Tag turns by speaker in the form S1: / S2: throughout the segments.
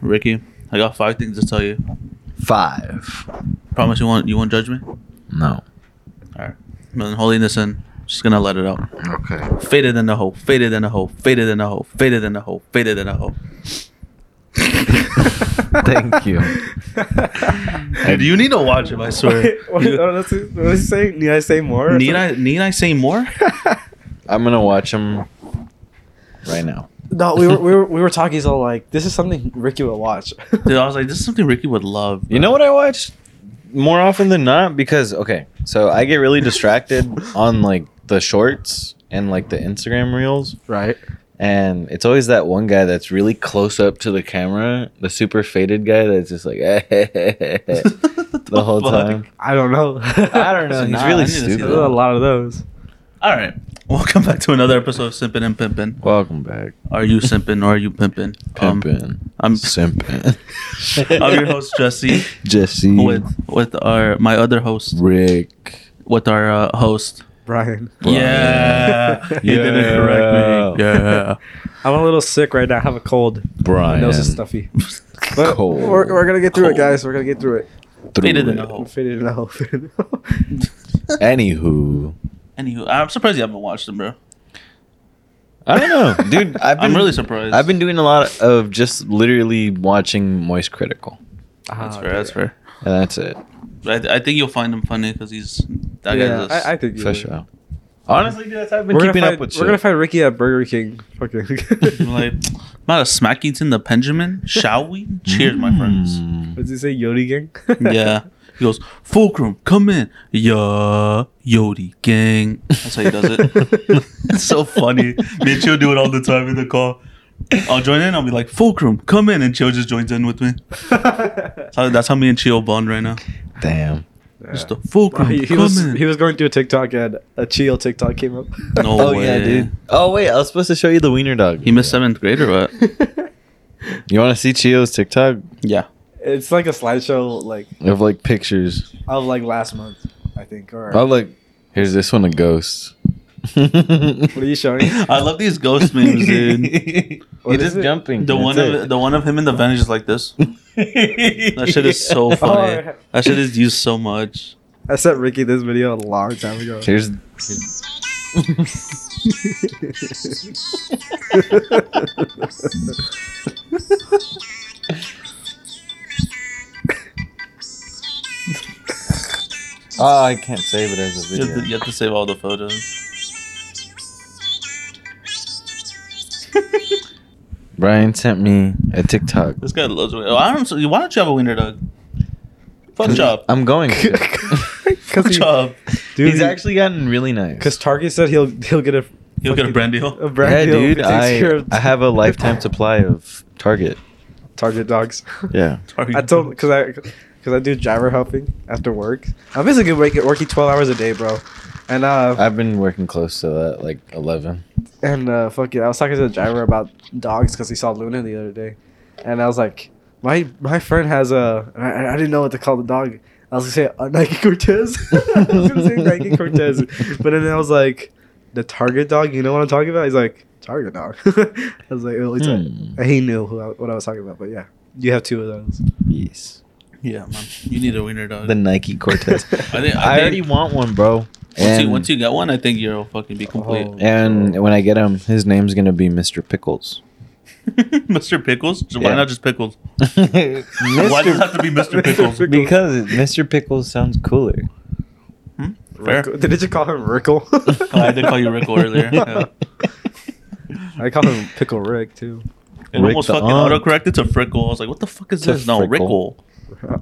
S1: Ricky, I got five things to tell you.
S2: Five.
S1: Promise you won't you won't judge me. All
S2: No.
S1: right. But then holding this in, just gonna let it out.
S2: Okay.
S1: Faded in the hole, faded in the hole, faded in the hole, faded in the hole, faded in the hole.
S2: Thank you.
S1: Dude, you need to watch him. I swear.
S3: Wait, what,
S1: You-
S3: what else is- what is he saying? Need I say more? or
S1: need I need I say more?
S3: something?
S2: I'm gonna watch him right now.
S3: no, we were, we were we were talking so like this is something Ricky would watch.
S1: Dude, I was like, this is something Ricky would love.
S2: You know what I watch more often than not because okay, so I get really distracted on like the shorts and like the Instagram reels,
S3: right.
S2: and it's always that one guy that's really close up to the camera, the super faded guy that's just like the
S1: the
S2: whole
S1: fuck?
S2: time.
S3: I don't know.
S2: I don't know. He's
S1: Nah, I
S2: really
S1: need to see
S3: There's a
S2: stupid.
S3: lot of those.
S1: All right. Welcome back to another episode of Simpin' and Pimpin'.
S2: Welcome back,
S1: Are you simpin' or are you pimpin'? Um,
S2: pimpin',
S1: I'm
S2: simpin'.
S1: I'm your host Jesse
S2: Jesse
S1: with with our my other host
S2: Rick.
S1: with our uh, host.
S3: Brian,
S1: Yeah, you did it correct me. Yeah.
S3: I'm a little sick right now. I have a cold. My
S2: Brian.
S3: nose is stuffy. But
S2: Cold.
S3: We're, we're gonna get through
S1: Cold.
S3: it, guys. We're gonna get through it.
S2: through
S1: Faded in
S2: it.
S1: a hole.
S3: I'm faded and all-
S2: Anywho,
S1: Anywho, I'm surprised you haven't watched him, bro.
S2: I don't know, dude. I've been
S1: I'm really surprised.
S2: I've been doing a lot of just literally watching Moist Critical,
S1: That's
S3: Ah,
S1: fair. That's fair.
S2: and that's it.
S1: But I, I think you'll find him funny because he's that
S3: yeah,
S1: guy's.
S3: I, I
S1: I,
S3: think you
S2: For
S3: would.
S2: sure. Honestly, dude, that's, I've been
S3: We're gonna
S2: keeping
S3: find,
S2: up with.
S3: We're gonna
S2: shit.
S3: find Ricky at Burger King. Fucking.
S1: like, not a Smackington, the Benjamin. Shall we? Cheers, my friends.
S2: Mm.
S3: What does he say? Yodi gang.
S1: Yeah. He goes, Fulcrum, come in. Yeah, Yodi gang. That's how he does it. it's so funny. Me and Chill do it all the time in the call.
S2: Oh,
S1: I'll join in. I'll be like, Fulcrum, come in. And Chill just joins in with me. That's how, that's how me and Chill bond right now.
S2: Damn.
S1: Just the Fulcrum,
S3: he, he
S1: come
S3: was
S1: in.
S3: he was going through a TikTok and a chill TikTok came up. Oh,
S1: No way.
S2: Oh wait, I was supposed to show you the wiener dog.
S1: He missed seventh grade or what?
S2: You want to see Chio's TikTok
S1: Yeah.
S3: it's like a slideshow like
S2: of like pictures?
S3: of like last month, I think. Or
S2: Oh look, here's this one a ghost. what
S3: what are you showing?
S1: I love these ghost memes, dude.
S3: What
S2: He's
S3: is
S2: just
S3: it?
S2: jumping.
S1: The one of the one of him in the van is just like this. That
S2: that
S1: shit is so
S3: Oh,
S1: funny.
S3: yeah.
S1: That shit is used so much.
S3: I sent Ricky this video a long time ago.
S2: Here's Oh, I can't save it as a
S1: You have, to,
S2: video.
S1: you have to save all the photos.
S2: Brian sent me a TikTok.
S1: This guy loves. Oh, I don't. so- Why don't you have a wiener dog? Fuck job.
S2: I'm going. to.
S3: Because
S1: Fuck job.
S3: dude,
S2: He's actually gotten really nice.
S3: because Target said he'll he'll get a
S1: You'll get a
S3: fucking-
S1: brand deal.
S3: a brand
S2: yeah,
S3: deal
S2: dude,
S3: if he takes care
S2: I,
S3: of
S2: I have a lifetime supply of Target.
S3: Target dogs.
S2: Yeah.
S3: I told because I because I do driver helping after work. I'm basically working working 12 hours a day, bro. And uh
S2: I've been working close to that, like 11.
S3: and uh fuck it, I was talking to the driver about dogs because he saw Luna the other day, and I was like, my my friend has a and I, I didn't know what to call the dog. I was gonna say a Nike Cortez. I was gonna say Nike Cortez, but then I was like, the Target dog. You know what I'm talking about? He's like Target dog. I was like, oh, it's a-"
S2: Hmm.
S3: and he knew who I, what I was talking about. But yeah, you have two of those.
S2: Yes.
S1: Yeah, man. You need a wiener dog.
S2: The Nike Cortez.
S1: I think. I,
S2: I already
S1: think
S2: want one, bro.
S1: once,
S2: And,
S1: you, once you get one, I think you'll fucking be complete.
S3: Oh.
S2: and when I get him, his name's going to be Mr. Pickles.
S1: Mr. Pickles. Why
S2: Yeah.
S1: not just pickles? Why does it have
S2: Mr.
S1: to be Mr.
S3: Mr.
S1: Pickles?
S3: Pickles.
S2: Because Mr. Pickles sounds cooler.
S1: Hmm? Fair.
S3: Rickle- Did you call him Rickle?
S1: Oh, I did call you Rickle earlier. Yeah.
S3: I call him Pickle Rick too.
S1: It
S2: Rick
S1: almost
S2: the
S1: fucking
S2: Unk.
S1: autocorrected to Frickle. I was like, what the fuck is
S2: To
S1: this? No,
S2: Frickle.
S1: Rickle.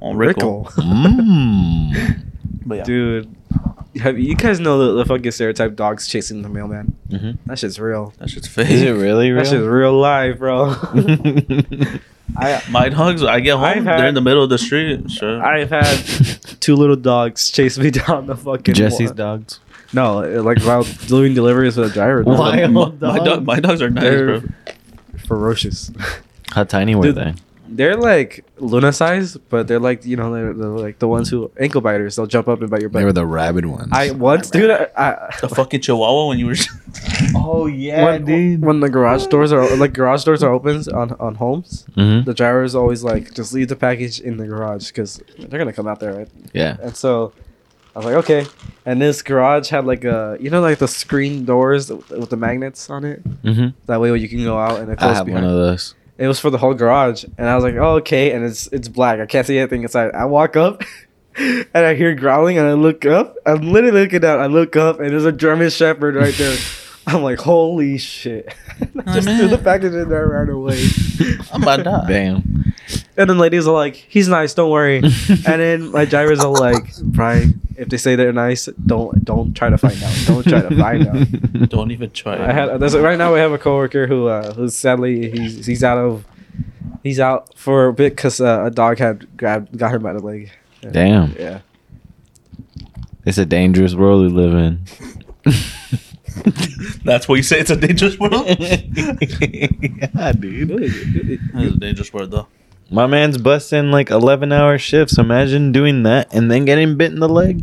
S1: Oh, Rickle.
S2: Mmm.
S1: But yeah.
S3: Dude, have you guys know the, the fucking stereotype dogs chasing the mailman?
S2: Mhm.
S3: That shit's real.
S1: That shit's fake.
S2: Is it really real?
S3: Mm-hmm. That shit's real life, bro. I
S1: My dogs, I get home,
S3: I've had-
S1: they're in the middle of the street. Sure.
S3: I've had two little dogs chase me down the fucking
S2: Jesse's
S3: wa-
S2: dogs.
S3: No, like while doing deliveries with a driver.
S1: No,
S2: Why?
S3: Why?
S1: my,
S2: Wild
S1: my,
S2: dog.
S1: dog, my dogs are nice,
S3: They're
S1: bro.
S3: ferocious.
S2: How tiny were
S3: Dude,
S2: they?
S3: They're like Luna sized, but they're like you know they're, they're like the ones who ankle biters. They'll jump up and bite your butt.
S2: the rabid ones.
S3: I once, dude. I, I
S1: The fucking chihuahua when you were.
S2: Oh yeah,
S3: when, when the garage doors are like garage doors are open on on homes,
S2: Mm-hmm.
S3: the driver is always like, just leave the package in the garage because they're gonna come out there, right?
S2: Yeah.
S3: And so I was like, okay. And this garage had like a you know like the screen doors with the magnets on it.
S2: Mm-hmm.
S3: That way you can go out and it
S2: I
S3: closes
S2: have
S3: behind.
S2: one of those.
S3: It was for the whole garage, and I was like, oh, okay. And it's it's black. I can't see anything inside. I walk up. And I hear growling, and I look up. I'm literally looking down. I look up, and there's a German Shepherd right there. I'm like, holy shit! I
S1: Oh,
S3: just threw the
S1: man.
S3: package in there and ran away.
S1: I'm about to die.
S2: Damn.
S3: And then ladies are like, he's nice, don't worry. and then my drivers are like, Brian, if they say they're nice, don't don't try to find out. Don't try to find out.
S1: Don't even try.
S3: I had there's, right now we have a coworker who uh, who's sadly he's he's out of he's out for a bit because uh, a dog had grabbed got him by the leg.
S1: e-
S2: Damn.
S3: Yeah.
S2: It's a dangerous world we live in.
S1: That's why you say it's a dangerous world.
S2: yeah, dude.
S1: it's a dangerous world, though.
S2: My man's busting like 11 hour shifts. Imagine doing that and then getting bit in the leg.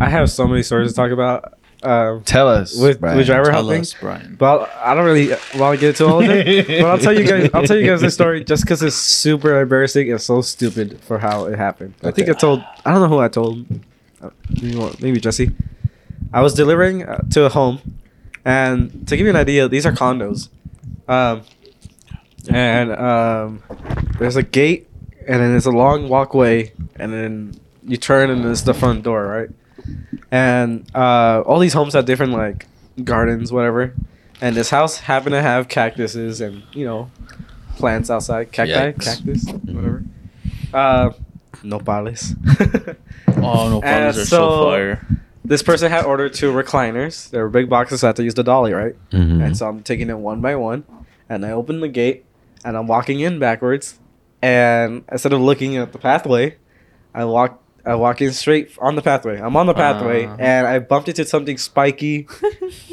S3: I have so many stories to talk about. Um,
S2: Tell us.
S3: with,
S2: Brian.
S3: with driver
S1: Tell
S3: hopping.
S1: us, Brian.
S3: But I don't really want to get into all of it. but I'll tell you guys. I'll tell you guys this story just because it's super embarrassing and so stupid for how it happened. I think I
S2: Okay.
S3: told. I don't know who I told. Uh, Maybe, one- maybe Jesse. I was delivering uh, to a home, and to give you an idea, these are condos, um, and um, there's a gate, and then it's a long walkway, and then you turn, and it's the front door, right? And uh, all these homes have different like gardens, whatever. And this house happened to have cactuses and you know plants outside, cacti,
S2: Yikes.
S3: cactus, whatever. Uh, no pales.
S1: Oh no,
S3: And
S1: problems are so fire.
S3: This person had ordered two recliners. They were big boxes, so I had to use the dolly, right?
S2: Mhm.
S3: And so I'm taking it one by one, and I open the gate, and I'm walking in backwards, and instead of looking at the pathway, I walk I walk in straight on the pathway. I'm on the pathway,
S2: Uh.
S1: Ah.
S3: and I bumped into something spiky,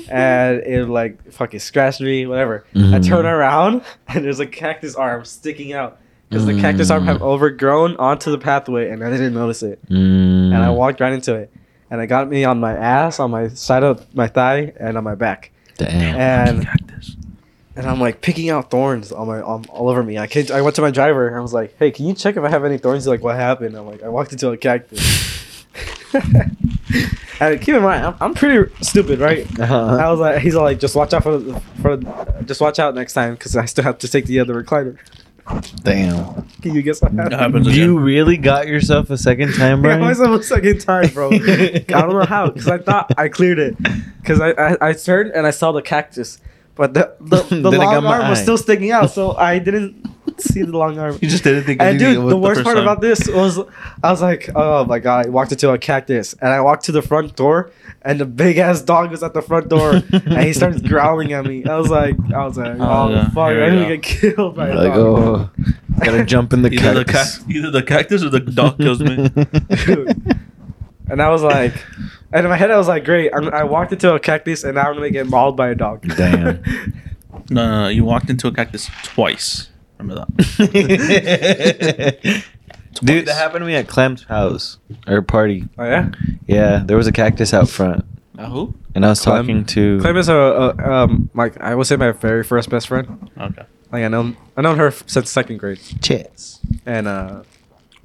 S3: and it like fucking scratched me, whatever. I
S2: Mhm.
S3: turn around, and there's a cactus arm sticking out because the cactus arm
S2: Mm.
S3: had overgrown onto the pathway, and I didn't notice it
S2: Mm.
S3: and I walked right into it. And it got me on my ass, on my side of my thigh, and on my back.
S2: Damn.
S3: And
S1: Cactus.
S3: and I'm like picking out thorns on my on, all over me. I can't, I went to my driver and I was like, "Hey, can you check if I have any thorns?" He's like, "What happened?" I'm like, "I walked into a cactus." and keep in mind, I'm, I'm pretty stupid, right?
S2: Uh-huh.
S3: I was like, he's like, just watch out for the, for just watch out next time because I still have to take the other recliner.
S2: Damn.
S3: Can you guess what happened?
S1: happens again.
S2: You really got yourself a second time,
S3: I got
S2: Brian?
S3: myself a second time, bro. I don't know how, because I thought I cleared it. Because I, I, I turned and I saw the cactus, but the, the, the
S2: Then I
S3: long
S2: got my
S3: arm was
S2: eye.
S3: still sticking out, so I didn't see the long arm.
S1: You just didn't think.
S3: And
S1: anything
S3: dude,
S1: of it
S3: the worst
S1: first
S3: part
S1: time.
S3: about this was I was like, oh my god, I walked into a cactus and I walked to the front door and the big ass dog was at the front door and he starts growling at me. I was like, I was like, oh,
S1: Oh, yeah.
S3: fuck,
S1: Here we go.
S3: I didn't get killed by a
S2: like,
S3: dog.
S2: oh, gotta jump in the
S1: either the,
S2: cactus.
S1: cac- either the cactus or the dog kills me.
S3: Dude. And I was like, and in my head I was like, great, I'm, I walked into a cactus and now I'm gonna get mauled by a dog.
S2: Damn.
S1: No, no, no. You walked into a cactus twice. Remember that?
S2: Dude, that happened to me at Clem's house or party.
S3: oh yeah.
S2: Yeah, there was a cactus out front,
S1: Uh, who?
S2: and I was
S3: Clem-
S2: talking to.
S3: Clem is a, a um like I would say my very first best friend.
S1: Okay.
S3: Like I know I known her f- since second grade,
S2: Chess.
S3: and uh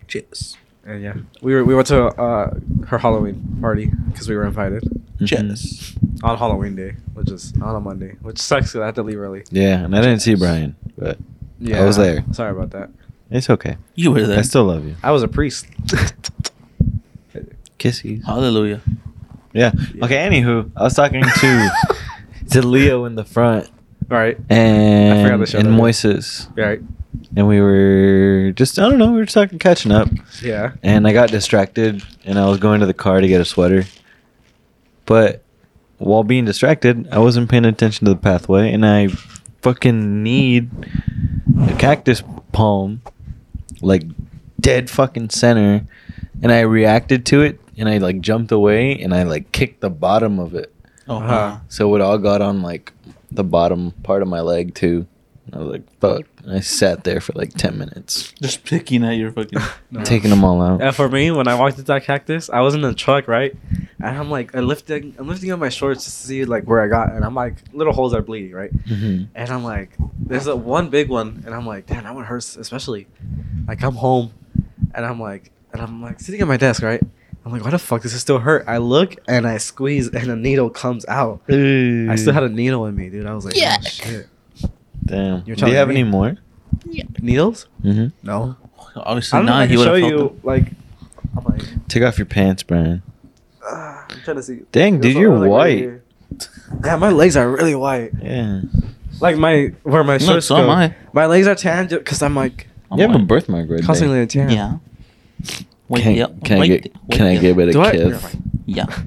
S1: Cheers.
S3: and yeah, we were we went to uh her Halloween party because we were invited
S2: Mm-hmm.
S1: Cheers.
S3: on Halloween day, which is on a Monday, which sucks. 'cause I had to leave early.
S2: Yeah, and I didn't see Brian, but I was there.
S3: Sorry about that.
S2: It's okay.
S1: You were there.
S2: I still love you.
S3: I was a priest.
S2: Kissies.
S1: Hallelujah.
S2: Yeah. Okay. Anywho, I was talking to to Leo in the front
S3: All right.
S2: and
S3: forgot to show
S2: and
S3: that.
S2: Moises,
S3: All right.
S2: and we were just I don't know we were just talking catching up,
S3: Yeah.
S2: and I got distracted and I was going to the car to get a sweater, but while being distracted, I wasn't paying attention to the pathway, and I fucking need a cactus palm, like dead fucking center, and I reacted to it and I like jumped away and I like kicked the bottom of it.
S1: Oh,
S3: Uh-huh.
S1: wow.
S2: So it all got on like the bottom part of my leg too. And I was like, fuck. And I sat there for like ten minutes,
S1: just picking at your fucking.
S3: No.
S2: taking them all out.
S3: And for me, when I walked into that cactus, I was in the truck, right? and I'm like, I lifting, I'm lifting up my shorts just to see like where I got, and I'm like, little holes are bleeding, right?
S2: Mhm.
S3: And I'm like, there's a one big one, and I'm like, damn, that one hurts especially. Like I'm home, and I'm like, and I'm like sitting at my desk, right? I'm like, why the fuck does it still hurt? I look and I squeeze, and a needle comes out. I still had a needle in me, dude. I was like, oh,
S4: Yuck.
S3: shit.
S2: Damn.
S3: You're
S2: Do you
S3: telling
S2: have
S3: me?
S2: any more?
S3: Needles?
S2: Mm-hmm.
S3: No.
S1: Obviously not.
S3: if I
S1: He
S3: can
S1: would have
S3: show you. Like, I'm like,
S2: Take off your pants, Brian.
S3: ah, I'm trying to see.
S2: Dang,
S3: It
S2: dude,
S3: goes all
S2: you're
S3: the way
S2: white.
S3: here. Yeah, my legs are really white.
S2: Yeah.
S3: Like my where my
S1: Look,
S3: shorts
S1: so
S3: go.
S1: am I.
S3: My legs are tan because I'm like
S2: you have a birthmark right
S3: constantly
S2: there.
S3: tan.
S1: Yeah. Wait,
S2: can,
S1: yeah.
S2: can I
S1: wait,
S2: get
S1: wait,
S2: can I
S1: yeah.
S2: give it
S3: Do
S2: a
S3: I-
S2: kiss?
S3: Never mind.
S1: Yeah.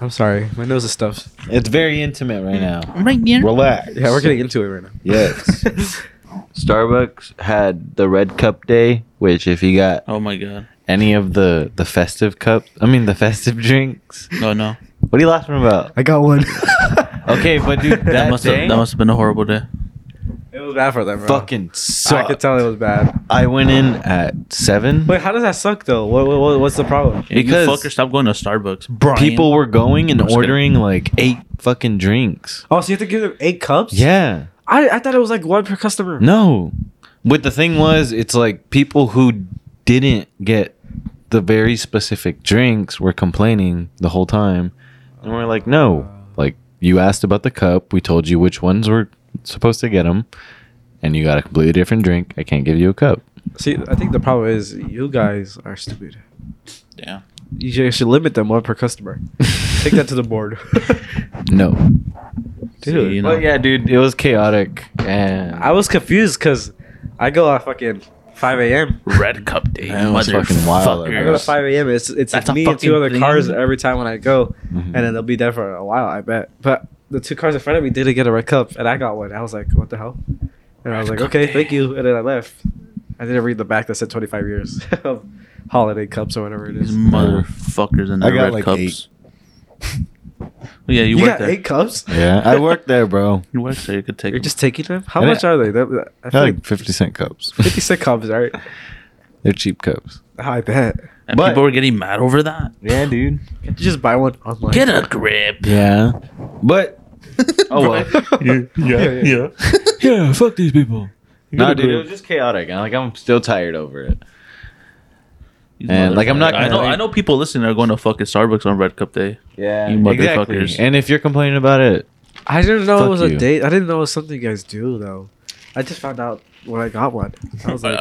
S3: I'm sorry, my nose is stuffed.
S2: It's very intimate right now.
S1: Right here.
S2: Relax.
S3: Yeah, we're getting into it right now.
S2: Yes. Starbucks had the red cup day, which if you got
S1: Oh my god.
S2: any of the the festive cup, I mean the festive drinks.
S1: No, no.
S2: What are you laughing about?
S3: I got one.
S2: Okay, but dude,
S1: That,
S2: That
S1: must
S2: day?
S1: have that must have been a horrible day.
S3: it was bad for them. Bro.
S2: Fucking
S3: I
S2: sucked.
S3: could tell it was bad.
S2: I went in at seven.
S3: Wait, how does that suck though? What, what- what- what's the problem?
S1: you
S2: Because
S1: fucker, stop going to Starbucks. Brian.
S2: people were going and
S1: I'm just kidding.
S2: ordering like eight fucking drinks.
S3: Oh, so you have to give them eight cups?
S2: Yeah.
S3: I, I thought it was like one per customer.
S2: No. But the thing was, it's like people who didn't get the very specific drinks were complaining the whole time. And we're like, no. Like, you asked about the cup. We told you which ones were supposed to get them. And you got a completely different drink. I can't give you a cup.
S3: See, I think the problem is you guys are stupid.
S1: Yeah.
S3: You should- should limit them one per customer. Take that to the board.
S2: No.
S1: Dude, you know.
S2: But yeah, dude, it was chaotic. And
S3: I was confused because I go at fucking 5 a.m.
S1: Red Cup Day.
S2: That was fucking wild,
S3: I go to
S1: motherfuckers.
S2: bro.
S3: 5 a.m. It's it's
S1: That's
S3: like
S1: a
S3: me and
S1: fucking
S3: two
S1: Hmm.
S3: other
S1: thing.
S3: cars every time when I go,
S2: Mhm.
S3: and then they'll be there for a while, I bet. But the two cars in front of me didn't get a red cup, and I got one. I was like, what the hell? And I was like, okay, thank you. And then I left. I didn't read the back that said 25 years of holiday cups or whatever it
S1: These
S3: is.
S1: motherfuckers in
S2: I
S1: their
S2: got
S1: red
S2: like
S1: cups.
S2: eight.
S1: yeah, you,
S3: You
S1: work
S3: got
S1: there.
S3: eight cups?
S2: Yeah, I worked there, bro.
S1: You work there. You could take.
S3: You're
S1: them.
S3: just taking them? How
S2: And
S3: much
S2: I-
S3: are they? That- that- I
S2: I had
S3: feel
S2: like
S3: like
S2: 50 cent cups.
S3: 50 cent cups, right?
S2: They're cheap cups.
S3: I bet.
S1: and
S2: but-
S1: people were getting mad over that.
S2: Yeah, dude.
S3: Can't you just buy one online?
S1: Get a grip.
S2: Yeah. But Oh, well.
S1: yeah, yeah,
S3: Yeah, yeah.
S1: yeah.
S2: yeah, fuck these people. No,
S1: gotta
S2: dude,
S1: do
S2: it
S1: it.
S2: was just chaotic. And like I'm still tired over it. And, like, I'm not
S1: I know.
S2: complaining.
S1: I know people listening are going to fucking Starbucks on Red Cup Day.
S2: Yeah,
S1: You motherfuckers.
S2: Exactly. And if you're complaining about it,
S3: I didn't know
S2: Fuck
S3: it was
S2: you.
S3: a date. I didn't know it was something you guys do though. I just found out when I got one. I was like,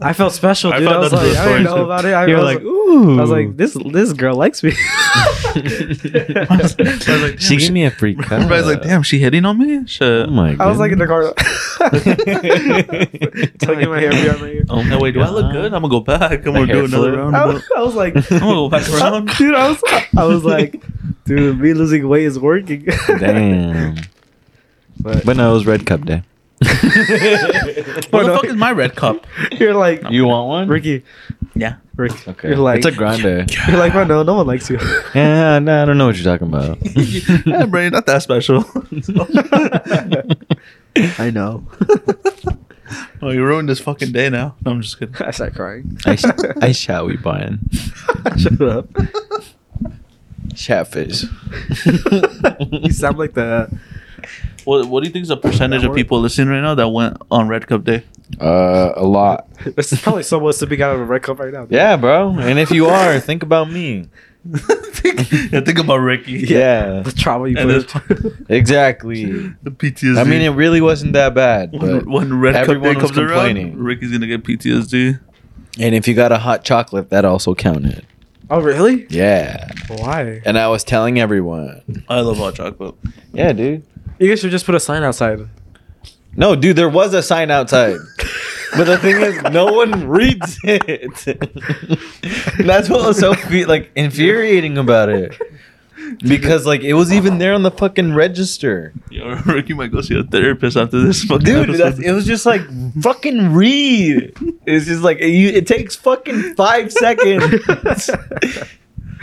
S3: I felt special,
S1: I
S3: dude. I,
S1: found
S3: was
S1: out
S3: like,
S1: through the
S3: I didn't
S1: story,
S3: know
S1: too.
S3: about it. I,
S2: you're
S3: was
S2: like,
S3: like,
S2: ooh.
S3: I was like, this this girl likes me. I was like,
S2: she gave me a free cup.
S1: Everybody's like, damn, she hitting on me. Shit.
S2: Oh my god.
S3: I was like in the car, tugging my hair behind my ear.
S1: Oh no! Wait, do I look
S2: God.
S1: good? I'm gonna go back. I'm
S2: My
S1: gonna
S2: hair
S1: do another
S2: flew.
S1: round.
S3: I
S1: about-
S3: was, I was like,
S1: I'm gonna go back around.
S3: dude, I was, I was like, dude, me losing weight is working.
S2: Damn.
S3: But,
S2: But no, it was Red Cup Day.
S1: Where
S3: Oh,
S1: the
S3: no.
S1: fuck is my red cup?
S3: you're like,
S2: You want one?
S3: Ricky,
S1: Yeah.
S3: Rick,
S2: Okay.
S3: you're like,
S2: it's a grande.
S3: You're like, oh no, no one likes you.
S2: yeah, no, I don't know what you're talking about.
S1: yeah, brain, not that special.
S3: I know.
S1: oh, you ruined this fucking day now. No, I'm just kidding.
S3: I start crying.
S2: I, sh- I shall we Brian.
S3: Shut up.
S2: Chatfish.
S3: you sound like the.
S1: What What do you think is the percentage
S3: That
S1: of people listening right now that went on Red Cup Day?
S2: Uh, a lot.
S3: This is probably someone sipping out of a red cup right now. dude.
S2: Yeah, bro. And if you are, think about me.
S1: think, yeah, think about Ricky.
S2: Yeah,
S3: The trauma you
S1: And
S3: put.
S1: this-
S3: in.
S2: exactly.
S1: The PTSD.
S2: I mean, it really wasn't that bad.
S1: when,
S2: But
S1: when Red Cup
S2: everyone
S1: Day
S2: was
S1: comes around,
S2: complaining.
S1: Ricky's gonna get PTSD.
S2: and if you got a hot chocolate, that also counted.
S3: oh really?
S2: Yeah.
S3: Why?
S2: And I was telling everyone.
S1: I love hot chocolate.
S2: Yeah, dude.
S3: You guys should just put a sign outside.
S2: No, dude, there was a sign outside. but the thing is, no one reads it. That's what was so fe- like infuriating about it. Because like it was even there on the fucking register.
S1: Yo, Ricky might go see a therapist after this fucking
S2: Dude,
S1: episode.
S2: that's, it was just like fucking read. It's just like you, it takes fucking five seconds.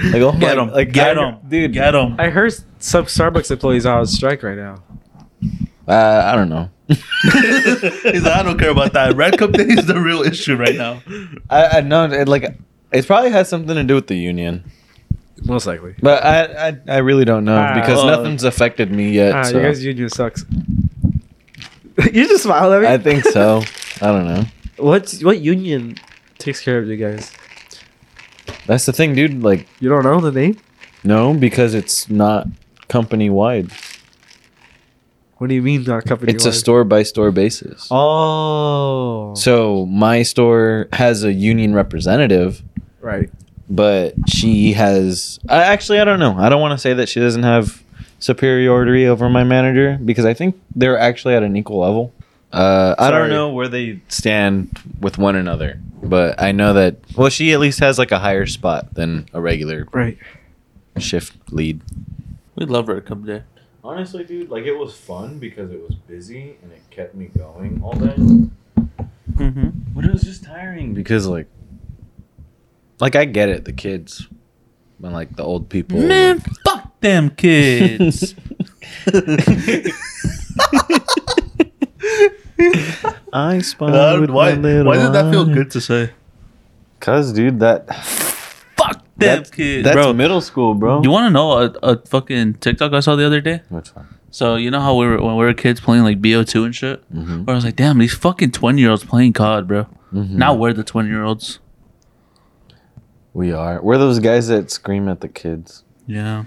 S2: Like, oh
S1: Get
S2: my-
S1: him,
S2: like,
S1: get
S2: I-
S1: him,
S2: dude.
S1: Get him.
S3: I heard some Starbucks employees are on strike right now.
S2: Uh, I don't know.
S1: He's like, I don't care about that. Red Cup Day is the real issue right now.
S2: I, I know, it, like, It probably has something to do with the union,
S3: Most likely.
S2: but I I, I really don't know
S3: Ah.
S2: because
S1: Uh,
S2: nothing's affected me yet.
S3: Ah,
S2: so.
S3: You guys' union sucks. you just smiled at me.
S2: I think so. I don't know.
S3: what what union takes care of you guys?
S2: That's the thing, dude. Like,
S3: You don't know the name?
S2: no, because it's not company wide.
S3: What do you mean not company?
S2: It's a store by store basis.
S3: Oh.
S2: So my store has a union representative,
S3: right.
S2: but she has. I actually I don't know. I don't want to say that she doesn't have superiority over my manager because I think they're actually at an equal level. Uh, I
S3: Sorry.
S2: don't know where they stand with one another, but I know that well she at least has like a higher spot than a regular
S3: Right.
S2: shift lead.
S1: We'd love her to come there.
S2: Honestly, dude, like it was fun because it was busy and it kept me going all day.
S1: Mm-hmm.
S2: But it was just tiring because like like I get it, the kids and like the old people.
S1: Man, fuck them kids.
S2: I spy
S1: Uh,
S2: with
S1: why,
S2: my little
S1: why did that feel
S2: eye.
S1: good to say?
S2: Cuz dude, that
S1: Fuck them
S2: that's,
S1: kids,
S2: that's
S1: bro.
S2: middle school, bro.
S1: You want to know a, a fucking TikTok I saw the other day?
S2: Which one?
S1: So you know how we were when we were kids playing like BO2 and shit.
S2: Mhm.
S1: Where I was like, damn, these fucking twenty year olds playing COD, bro.
S2: Mhm.
S1: Now we're the twenty year olds.
S2: we are. We're those guys that scream at the kids.
S1: Yeah,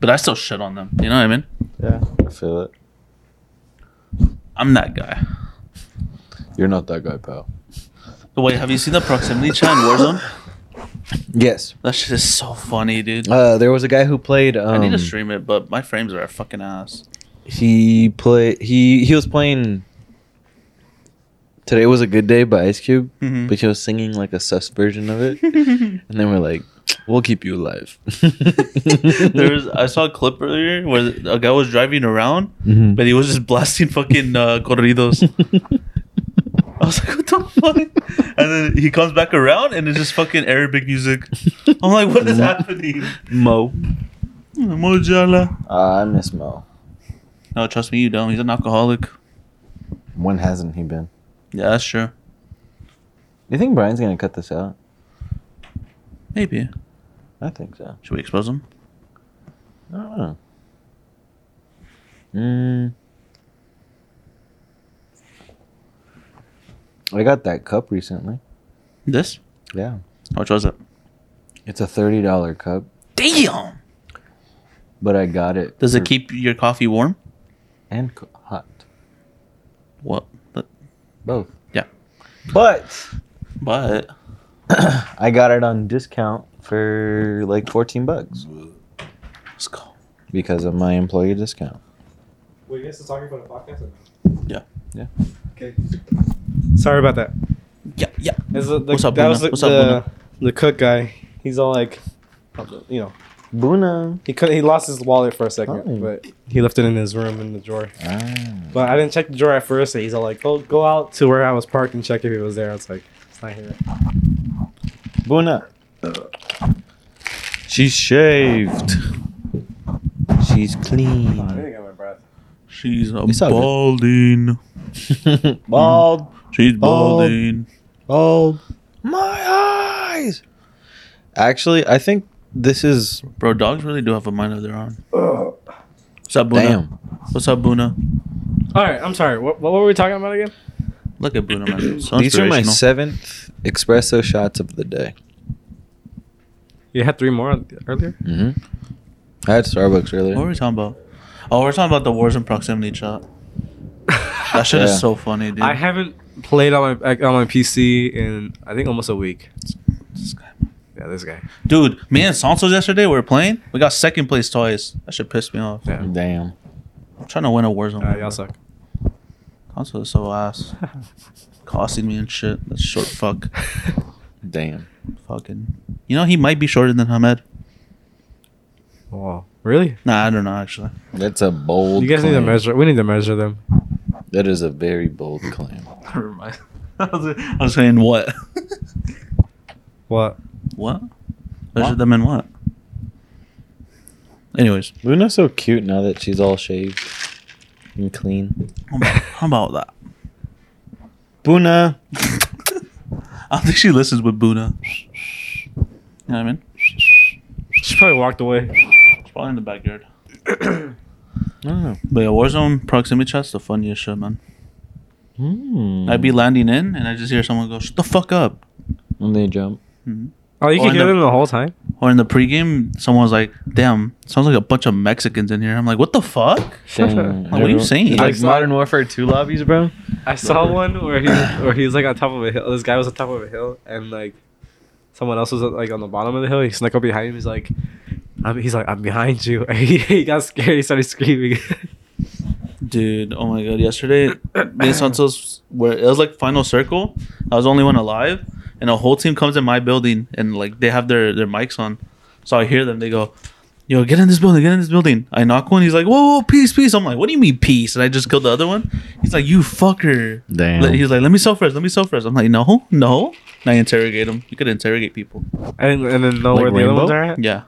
S1: but I still shit on them. You know what I mean?
S2: Yeah, I feel it.
S1: I'm that guy.
S2: You're not that guy, pal.
S1: Wait, have you seen the proximity chat in Warzone?
S2: Yes.
S1: That shit is so funny, dude.
S2: Uh, there was a guy who played. Um,
S1: I need to stream it, but my frames are a fucking ass.
S2: he play he he was playing today was a good day by ice cube
S1: Mhm.
S2: but he was singing like a sus version of it and then we're like we'll keep you alive there
S1: there was I saw a clip earlier where a guy was driving around,
S2: Mhm.
S1: but he was just blasting fucking uh, corridos. I was like, what the fuck? And then he comes back around and it's just fucking Arabic music. I'm like, what is happening?
S2: mo
S1: Mojala.
S2: uh, i miss mo
S1: No, trust me, you don't. He's an alcoholic.
S2: when hasn't he been
S1: Yeah, that's true.
S2: you think brian's gonna cut this out
S1: Maybe.
S2: i think so
S1: Should we expose him?
S2: i don't know mm. i got that cup recently
S1: This?
S2: yeah
S1: How much was it?
S2: it's a $30 cup
S1: Damn!
S2: but i got it
S1: Does
S2: for-
S1: it keep your coffee warm?
S2: and co- hot.
S1: What? But-
S2: Both.
S1: Yeah.
S2: But
S1: But
S2: I got it on discount for like 14 bucks
S1: let's go.
S2: because of my employee discount.
S4: Were you guys still talking about a podcast? Or no?
S1: Yeah.
S2: Yeah.
S4: Okay.
S3: Sorry about that.
S1: Yeah, yeah.
S3: It's the, the,
S1: What's up,
S3: that
S1: Luna?
S3: was the,
S1: What's up,
S3: the,
S1: Luna?
S3: the cook guy. He's all like, you know,
S2: Buna.
S3: he could he lost his wallet for a second,
S2: Oh.
S3: but he left it in his room in the drawer.
S2: Ah.
S3: But I didn't check the drawer at first. And he's all like, "Go go out to where I was parked and check if it was there." I was like, "It's not here."
S2: Buna. She's shaved. She's
S3: I
S2: clean.
S3: got my breath.
S1: She's a
S2: It's all good.
S1: balding.
S2: Bald.
S1: She's
S2: Bald.
S1: balding.
S2: Bald. My eyes. Actually, I think this is.
S1: Bro, dogs really do have a mind of their own. What's up, Buna?
S2: Damn.
S1: What's up, Buna?
S3: All right, I'm sorry. What, what were we talking about again?
S1: Look at Buna, man. So
S2: These are my
S1: inspirational.
S2: seventh espresso shots of the day.
S3: You had three more earlier.
S2: Mm-hmm. I had Starbucks earlier.
S1: What were we talking about? Oh, we're talking about the wars in proximity chat. That shit
S2: Yeah.
S1: is so funny, dude.
S3: I haven't played on my on my PC in I think almost a week.
S1: This guy.
S3: Yeah, this guy.
S1: Dude, me and Santos yesterday we were playing. We got second place twice. That shit pissed me off.
S3: Yeah,
S2: Damn.
S1: I'm trying to win a Warzone.
S3: uh, y'all suck.
S1: Santos is so ass. Costing me and shit. That short fuck.
S2: Damn.
S1: Fucking. You know, he might be shorter than Hamed.
S3: Wow, really?
S1: Nah, I don't know, actually.
S2: That's a bold
S3: You guys need
S2: claim.
S3: to measure. We need to measure them.
S2: That is a very bold claim.
S1: Never mind. I was, I was saying what?
S3: What?
S1: what? Measure them in what? Anyways,
S2: Luna's so cute now that she's all shaved and clean.
S1: how about, how about that?
S2: Buna.
S1: I don't think she listens with Buna. You know what I mean?
S3: She probably walked away.
S1: It's probably in the backyard.
S2: I don't know.
S1: But yeah, Warzone proximity chat's the funniest shit, man.
S2: Hmm.
S1: I'd be landing in and I just hear someone go, shut the fuck up.
S2: And they jump.
S1: Mhm.
S3: Oh, you
S1: Or
S3: can
S1: in
S3: hear
S1: the-
S3: them the whole time.
S1: Or in the pregame, someone's like, damn, sounds like a bunch of Mexicans in here. I'm like, what the fuck?
S2: Damn.
S1: What are you saying?
S2: It's
S3: I
S2: Like
S3: saw-
S2: Modern Warfare 2 lobbies, bro?
S3: I saw one where he where he was like on top of a hill. This guy was on top of a hill, and like someone else was like on the bottom of the hill. He snuck up behind him. He's like, I'm, he's like, I'm behind you. He, he got scared. He started screaming.
S1: Dude, oh my god! Yesterday, me and Santos were it was like final circle. I was the only one alive, and a whole team comes in my building, and like they have their their mics on, so I hear them. They go, "Yo, get in this building, get in this building." I knock one. He's like, "Whoa, whoa, peace, peace." I'm like, "What do you mean peace?" And I just killed the other one. He's like, "You fucker."
S2: Damn.
S1: Le- He's like, "Let me sell first. Let me sell first. I'm like, "No, no." And I interrogate him. You could interrogate people.
S3: and and then know
S2: Like
S3: where the other
S2: Rainbow?
S3: ones are at.
S1: Yeah,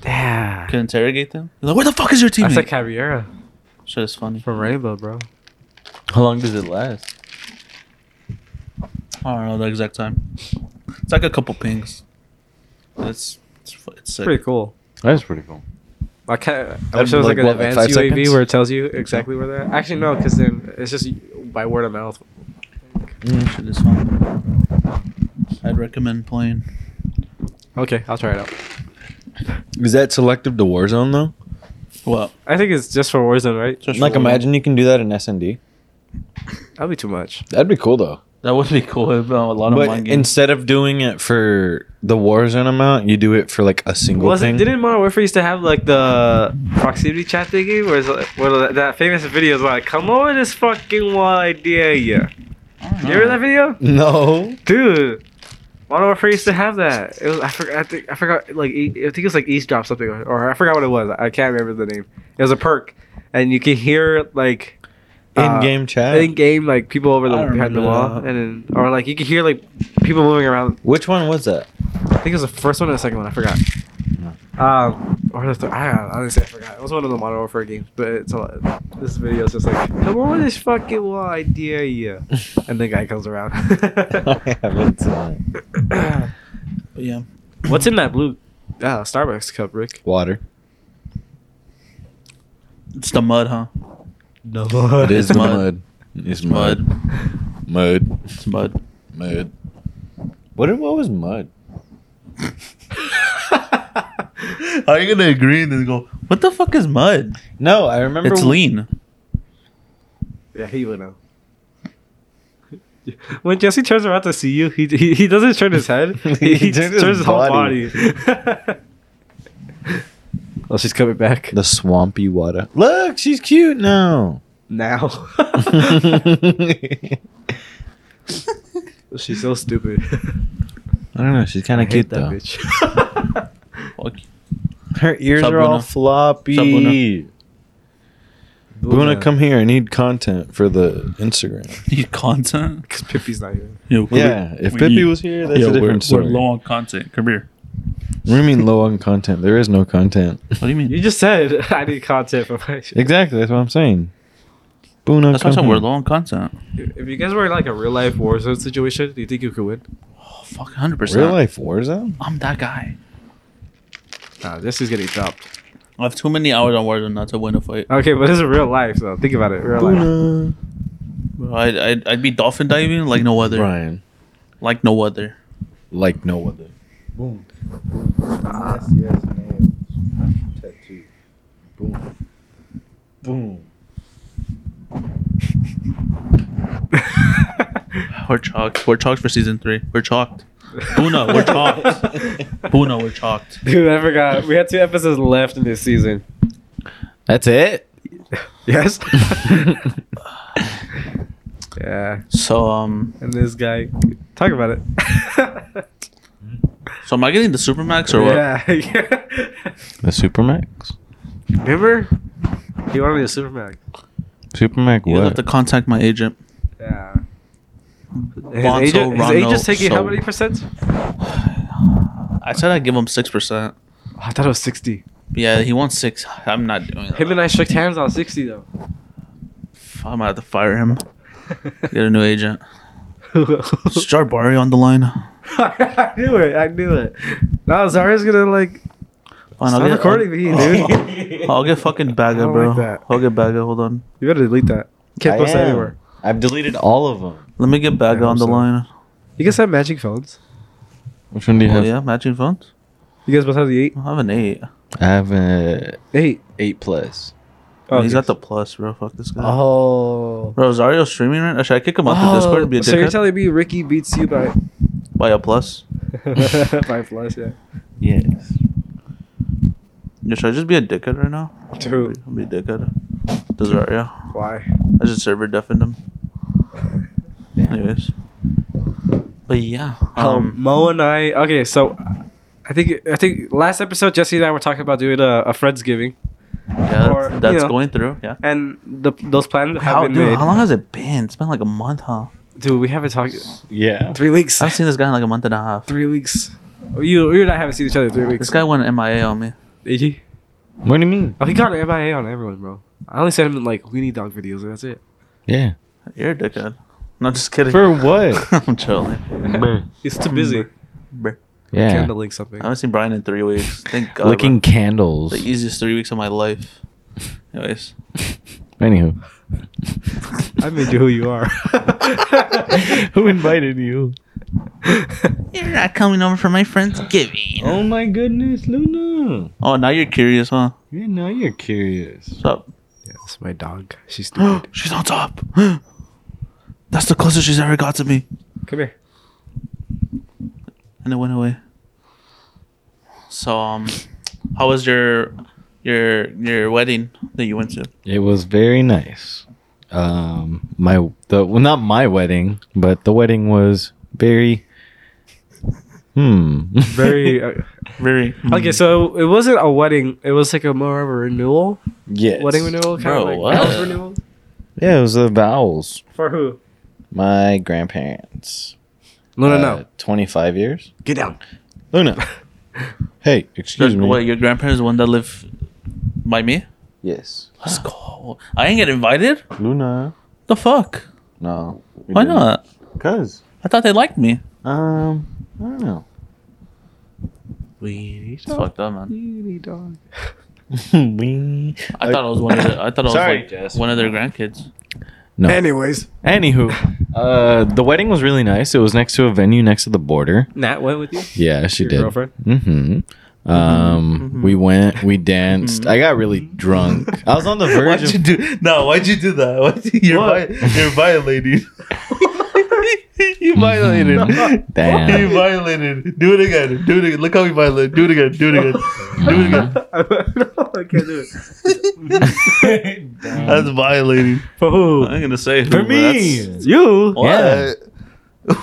S3: Damn.
S1: could interrogate them. He's like, "Where the fuck is your teammate?"
S3: That's like Cabrera
S1: Shit is funny.
S3: from Rainbow, bro.
S2: How long does it last?
S1: I don't know the exact time. It's like a couple pings. It's it's, fu- it's sick.
S3: Pretty cool.
S2: That's pretty cool.
S3: I can't. I
S2: That'd
S3: wish it was
S2: like,
S3: like, an
S2: what, like
S3: advanced
S2: five
S3: UAV
S2: seconds?
S3: where it tells you exactly where they're at. Actually, no, because then it's just by word of mouth.
S2: Mm.
S1: Shit is fun. I'd recommend playing.
S3: Okay, I'll try it out.
S2: Is that selective to Warzone, though?
S1: Well,
S3: I think it's just for Warzone, right?
S1: just
S2: like,
S1: for-
S2: imagine you can do that in SND.
S3: That'd be too much.
S2: That'd be cool, though.
S1: that would be cool. If, uh, a lot of
S2: But
S1: mind games.
S2: instead of doing it for the Warzone amount, you do it for like a single
S3: Was
S2: thing.
S3: it? Didn't Modern Warfare used to have like the proximity chat thingy? Where, it's like, where that- that famous video is like, "Come over this fucking wall idea, yeah."
S1: I don't
S3: You remember
S1: know.
S3: that video,
S2: No.
S3: dude? Modern Warfare used to have that. It was I forgot. I think I forgot. Like e- I think it was like eavesdrop something, or, or I forgot what it was. I can't remember the name. It was a perk, and you can hear like
S2: In game chat.
S3: in game like people over
S1: I
S3: the
S1: don't
S3: behind the
S1: remember
S3: wall,
S1: that.
S3: and then or like you could hear like people moving around.
S2: Which one was that?
S3: I think it was the first one or the second one. I forgot. Um, or the th- I honestly I forgot. It was one of the Modern Warfare games, but it's a, this video is just like, come on with this fucking wall idea, yeah. And the guy comes around.
S2: I haven't seen it.
S1: But yeah,
S3: What's in that blue? Uh, Starbucks cup, Rick.
S2: Water.
S1: it's the mud, huh?
S3: No,
S2: It is
S1: It's
S2: mud.
S1: mud.
S2: It's
S1: Mud.
S2: mud. Mud.
S1: It's mud.
S2: Mud. What, did- what was mud?
S1: How are you gonna agree and then go? What the fuck is mud?
S2: No, I remember.
S1: It's lean.
S3: yeah, he would know. When Jesse turns around to see you, he he, he doesn't turn his head. He,
S2: He
S3: he turns
S2: turned
S3: his,
S2: his
S3: whole
S2: body.
S3: body. well, she's coming back
S2: The swampy water. Look, she's cute now.
S3: now.
S2: I
S3: she's so stupid.
S2: don't know. She's kind
S3: I
S2: of cute
S3: hate
S2: though.
S3: that bitch.
S1: Fuck.
S2: Her ears
S1: Sup,
S2: are all
S1: Buna? Sup,
S2: floppy.
S1: Buna?
S2: Buna, come here. I need content for the Instagram.
S1: Need content.
S3: Because Pippi's not here.
S1: Yo, come
S2: Yeah,
S1: here.
S2: if
S1: We
S2: Pippi
S1: need-
S2: was here, that's
S1: Yo,
S2: a
S1: we're-
S2: different story.
S1: We're low on content. Come here.
S2: What do you mean low on content? There is no content.
S1: What do you mean?
S3: You just said I need content for my shit.
S2: Exactly. That's what I'm saying. Buna,
S1: That's why I said
S2: come
S1: we're
S2: here.
S1: low on content.
S3: If you guys were in like a real life Warzone situation, do you think you could win?
S1: Oh, fuck, hundred percent.
S2: Real life Warzone?
S1: I'm that guy.
S3: Nah, this is getting dropped.
S1: I have too many hours on Warzone not to win a fight.
S3: Okay, but this is real life though. Think about it. Real life.
S2: Buna.
S1: Bro, I'd, I'd, I'd be dolphin diving like no other.
S2: Brian,
S1: Like no other.
S2: like no other.
S5: Boom.
S2: E
S5: Nasty ass nails. Tattoo. Boom. Boom.
S1: We're chalked. We're chalked for season three. We're chalked. Buna, we're chalked. Buna, we're chalked.
S3: Dude, I forgot. We had two episodes left in this season.
S2: That's it.
S3: Yes. yeah.
S1: So um,
S3: And this guy, talk about it.
S1: so am I getting the supermax or what?
S3: yeah.
S2: The Supermax.
S3: Remember? He wanted me a Superman.
S2: Supermax
S1: You
S2: what?
S1: have to contact my agent.
S3: Yeah. His
S1: Bonzo
S3: agent, his
S1: Rondo
S3: agent's taking how
S1: sold.
S3: many percent?
S1: I said I'd give him six percent.
S3: I thought it was 60.
S1: Yeah, he wants six. I'm not doing that.
S3: Him and I shook hands on 60, though.
S1: I'm gonna have to fire him. Get a new agent.
S3: I
S1: Is Jarbari on the line?
S3: knew it. I knew it. No, Zara's gonna like
S1: Fine,
S3: stop
S1: I'll get,
S3: recording me, dude.
S1: I'll, I'll get fucking bagger,
S3: don't
S1: bro.
S3: like that.
S1: I'll get bagger. Hold on.
S3: You better delete that. Can't
S2: I
S3: post that
S2: am.
S3: anywhere.
S2: I've deleted all of them.
S1: Let me get bagger
S3: I
S1: on the
S3: hope so.
S1: line.
S3: You guys have matching phones.
S2: Which one do you
S1: Oh
S2: have?
S1: yeah, matching phones.
S3: You guys both have the eight.
S1: I have an eight.
S2: I have a
S3: Eight.
S2: eight plus.
S1: Oh, he's
S3: okay.
S1: got the plus, bro. Fuck this guy.
S3: Oh.
S1: Bro, is Ariel streaming right now? Should I kick him out the Discord and be a
S3: so you're
S1: dickhead?
S3: telling me Ricky beats you by
S1: By a plus?
S3: by plus, yeah.
S2: Yes.
S1: Yeah, should I just be a dickhead right now?
S3: Dude,
S1: I'll be a dickhead. To Zarya.
S3: why?
S1: I just server deafened him. Anyways. But yeah.
S3: Um,
S1: Um,
S3: Mo and I. Okay, so I think I think last episode Jesse and I were talking about doing a, a friendsgiving,
S1: yeah,
S3: or,
S1: that's,
S3: you
S1: that's
S3: know.
S1: going through. Yeah.
S3: and the, those plans have
S1: How,
S3: been
S1: dude,
S3: made.
S1: how long has it been? It's been like a month, huh?
S3: Dude, we haven't talked
S2: Yeah.
S3: three weeks.
S1: I haven't seen this guy in like a month and a half.
S3: three weeks. You you and I haven't seen each other in three weeks.
S1: This guy went MIA on me.
S3: Iggy.
S2: What do you mean?
S3: Oh, he got an MIA on everyone, bro. I only sent him like we need dog videos and that's it.
S2: Yeah.
S1: You're a dickhead. No, just kidding.
S2: For what?
S1: I'm trolling.
S3: He's too busy
S1: Bruh.
S2: yeah.
S3: candling something.
S1: I haven't seen Brian in three weeks. Thank God.
S2: Licking
S1: bro.
S2: candles.
S1: the easiest three weeks of my life. Anyways.
S2: Anywho.
S3: I made you who you are.
S2: Who invited you?
S1: You're not coming over for my friend's giving.
S2: Oh my goodness, Luna.
S1: Oh, now you're curious, huh?
S2: Yeah, now you're curious.
S1: What's up?
S3: Yeah, it's my dog. She's stupid.
S1: she's on top. That's the closest she's ever got to me.
S3: Come here.
S1: And it went away. So, um, how was your your your wedding that you went to?
S2: It was very nice. Um, my the well, not my wedding, but the wedding was very. Hmm.
S3: Very. Uh,
S1: Very
S3: okay, so it wasn't a wedding. It was like a more of a renewal.
S2: yes.
S3: Wedding renewal, kind
S1: Bro,
S3: of like
S1: what?
S3: house renewal.
S2: Yeah, it was the vowels.
S3: For who?
S2: My grandparents.
S3: No, no,
S2: Uh,
S3: no.
S2: Twenty-five years.
S3: Get down.
S2: Luna. hey, excuse me.
S1: What your grandparents the one that live by me?
S2: Yes.
S1: Let's go. I ain't get invited.
S2: Luna.
S1: The fuck?
S2: No. we
S1: Why
S2: didn't.
S1: not?
S2: Cause.
S1: I thought they liked me.
S2: Um. I don't know.
S1: It's fucked up, man.
S3: Beauty dog.
S2: we.
S1: I thought I was one of the, I thought I was
S2: Sorry,
S1: like
S2: Jess.
S1: one of their grandkids.
S2: No.
S3: Anyways,
S2: Anywho, uh, the wedding was really nice. It was next to a venue next to the border.
S3: Nat went with you.
S2: Yeah, she
S3: Your
S2: did.
S3: girlfriend?
S2: Mm-hmm. Um,
S1: Mhm.
S2: we went, we danced.
S1: Mhm.
S2: I got really drunk. I was on the verge of.
S1: do no? Why'd you do that? Why'd you, you're, vi- you're violating. you
S2: Mhm. Damn.
S1: violated. Do it again. Do it again. Look how he violated. Do it again. Do it again. Do it again.
S3: no, I can't do it.
S1: That's violating.
S3: For who?
S1: I'm gonna say who,
S2: For
S1: but
S2: me.
S1: that's-
S3: You.
S1: What?
S2: Yeah.
S1: what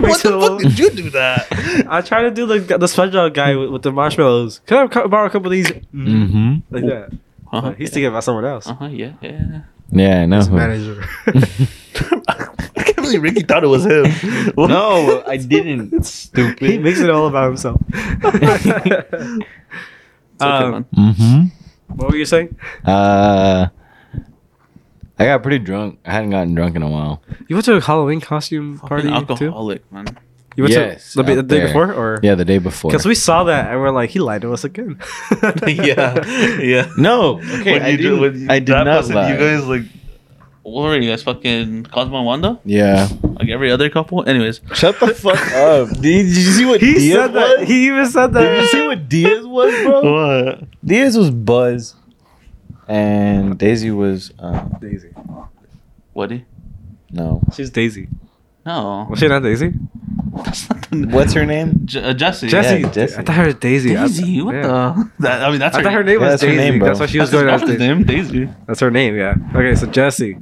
S3: makes it
S1: the fuck
S3: a little-
S1: did you do that?
S3: I tried to do the the SpongeBob guy with, with the marshmallows. Can I co- borrow a couple of these? Mm.
S2: Mm-hmm.
S3: Like that.
S1: Uh-huh.
S3: He's thinking about someone else.
S1: Uh-huh, yeah, yeah.
S2: Yeah, I know.
S3: His
S2: who.
S3: manager.
S1: I can't believe Ricky thought it was him.
S2: no, I didn't. Stupid.
S3: he makes it all about himself.
S1: It's okay,
S3: Um,
S1: man.
S2: Mm-hmm.
S3: what were you saying?
S2: Uh, I got pretty drunk. I hadn't gotten drunk in a while.
S3: You went to a Halloween costume party
S1: Fucking
S3: too.
S1: alcoholic, man.
S3: You went
S2: Yes,
S3: to the,
S2: out
S3: the day
S2: there.
S3: before, or
S2: Yeah, the day before.
S3: because we saw that and we're like, he lied to us again.
S1: yeah, yeah.
S2: no, okay,
S1: When
S2: I,
S1: you do-
S2: didn't-
S1: when you-
S2: I did
S1: that
S2: not
S1: person,
S2: lie.
S1: You guys like, what were you guys fucking Cosmo and Wanda?
S2: yeah,
S1: Like every other couple. Anyways,
S2: shut the fuck up. Did, did you see what
S3: He
S2: Diaz
S3: said that.
S2: was?
S3: He even said that.
S2: Did you see what Diaz was, bro?
S1: what?
S2: Diaz was Buzz, and Daisy was um,
S3: Daisy.
S1: Woody?
S2: no.
S3: She's Daisy.
S1: No,
S3: Was she not Daisy?
S1: that's not the
S2: What's her name?
S1: J- uh, Jesse.
S3: Jesse.
S2: Yeah, Jesse.
S3: I thought her was Daisy. I-
S1: Daisy. What
S3: yeah.
S1: the? That, I mean, that's
S3: I
S1: her.
S3: thought her name
S2: Yeah,
S3: was
S2: that's her
S3: Daisy.
S2: name, bro.
S3: that's why she was
S1: that's
S3: going
S1: his
S3: after.
S1: name, Daisy.
S3: That's her name, yeah. Okay, so Jesse.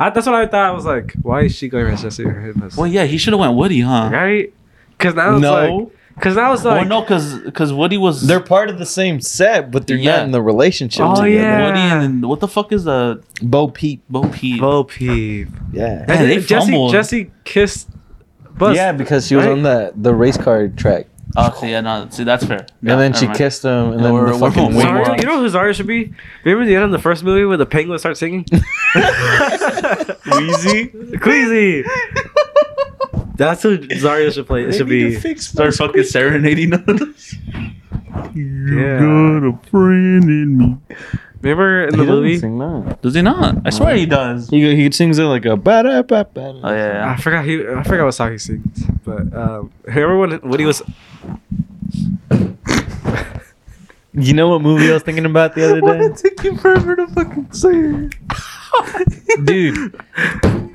S3: I, that's what I thought. I was like, why is she going as Jesse or him as
S1: Well, yeah, he should have went Woody, huh?
S3: right? Because now it's like,
S2: No,
S3: because now it's
S1: Well,
S3: like,
S1: Oh, no, because because Woody was
S2: they're part of the same set, but they're
S1: Yeah.
S2: not in the relationship.
S3: Oh,
S2: together.
S3: yeah.
S1: Woody and what the fuck is the
S2: Bo Peep.
S1: Bo Peep?
S3: Bo Peep.
S2: Yeah,
S1: Man, they
S3: And Jesse,
S1: fumbled.
S3: Jesse kissed. Bus.
S2: yeah, because she was
S3: Right.
S2: on the the race car track,
S1: Oh, see, yeah, no, see, that's fair. Yeah,
S2: and then she
S1: never mind.
S2: kissed him, and
S1: Yeah,
S2: then
S1: we're-
S2: the
S1: we're
S2: fucking
S1: going
S2: wig
S1: way
S3: Zarya,
S1: wrong.
S3: you know who Zarya should be? Remember the end of the first movie where the penguin starts singing? Queasy? Queasy! That's who Zarya should play. It should be.
S1: Start fucking serenading us. You
S3: Yeah.
S1: got a friend in me.
S3: Remember in
S2: He
S3: the
S2: doesn't
S3: movie?
S2: sing that.
S1: Does he not? I swear he does.
S2: He, he sings it like a ba da ba
S1: Oh
S3: I
S1: yeah.
S3: forgot he. I forgot what song he sings. But um, remember when Woody was.
S2: You know what movie I was thinking about the other day?
S1: took you forever to fucking say it.
S2: Dude,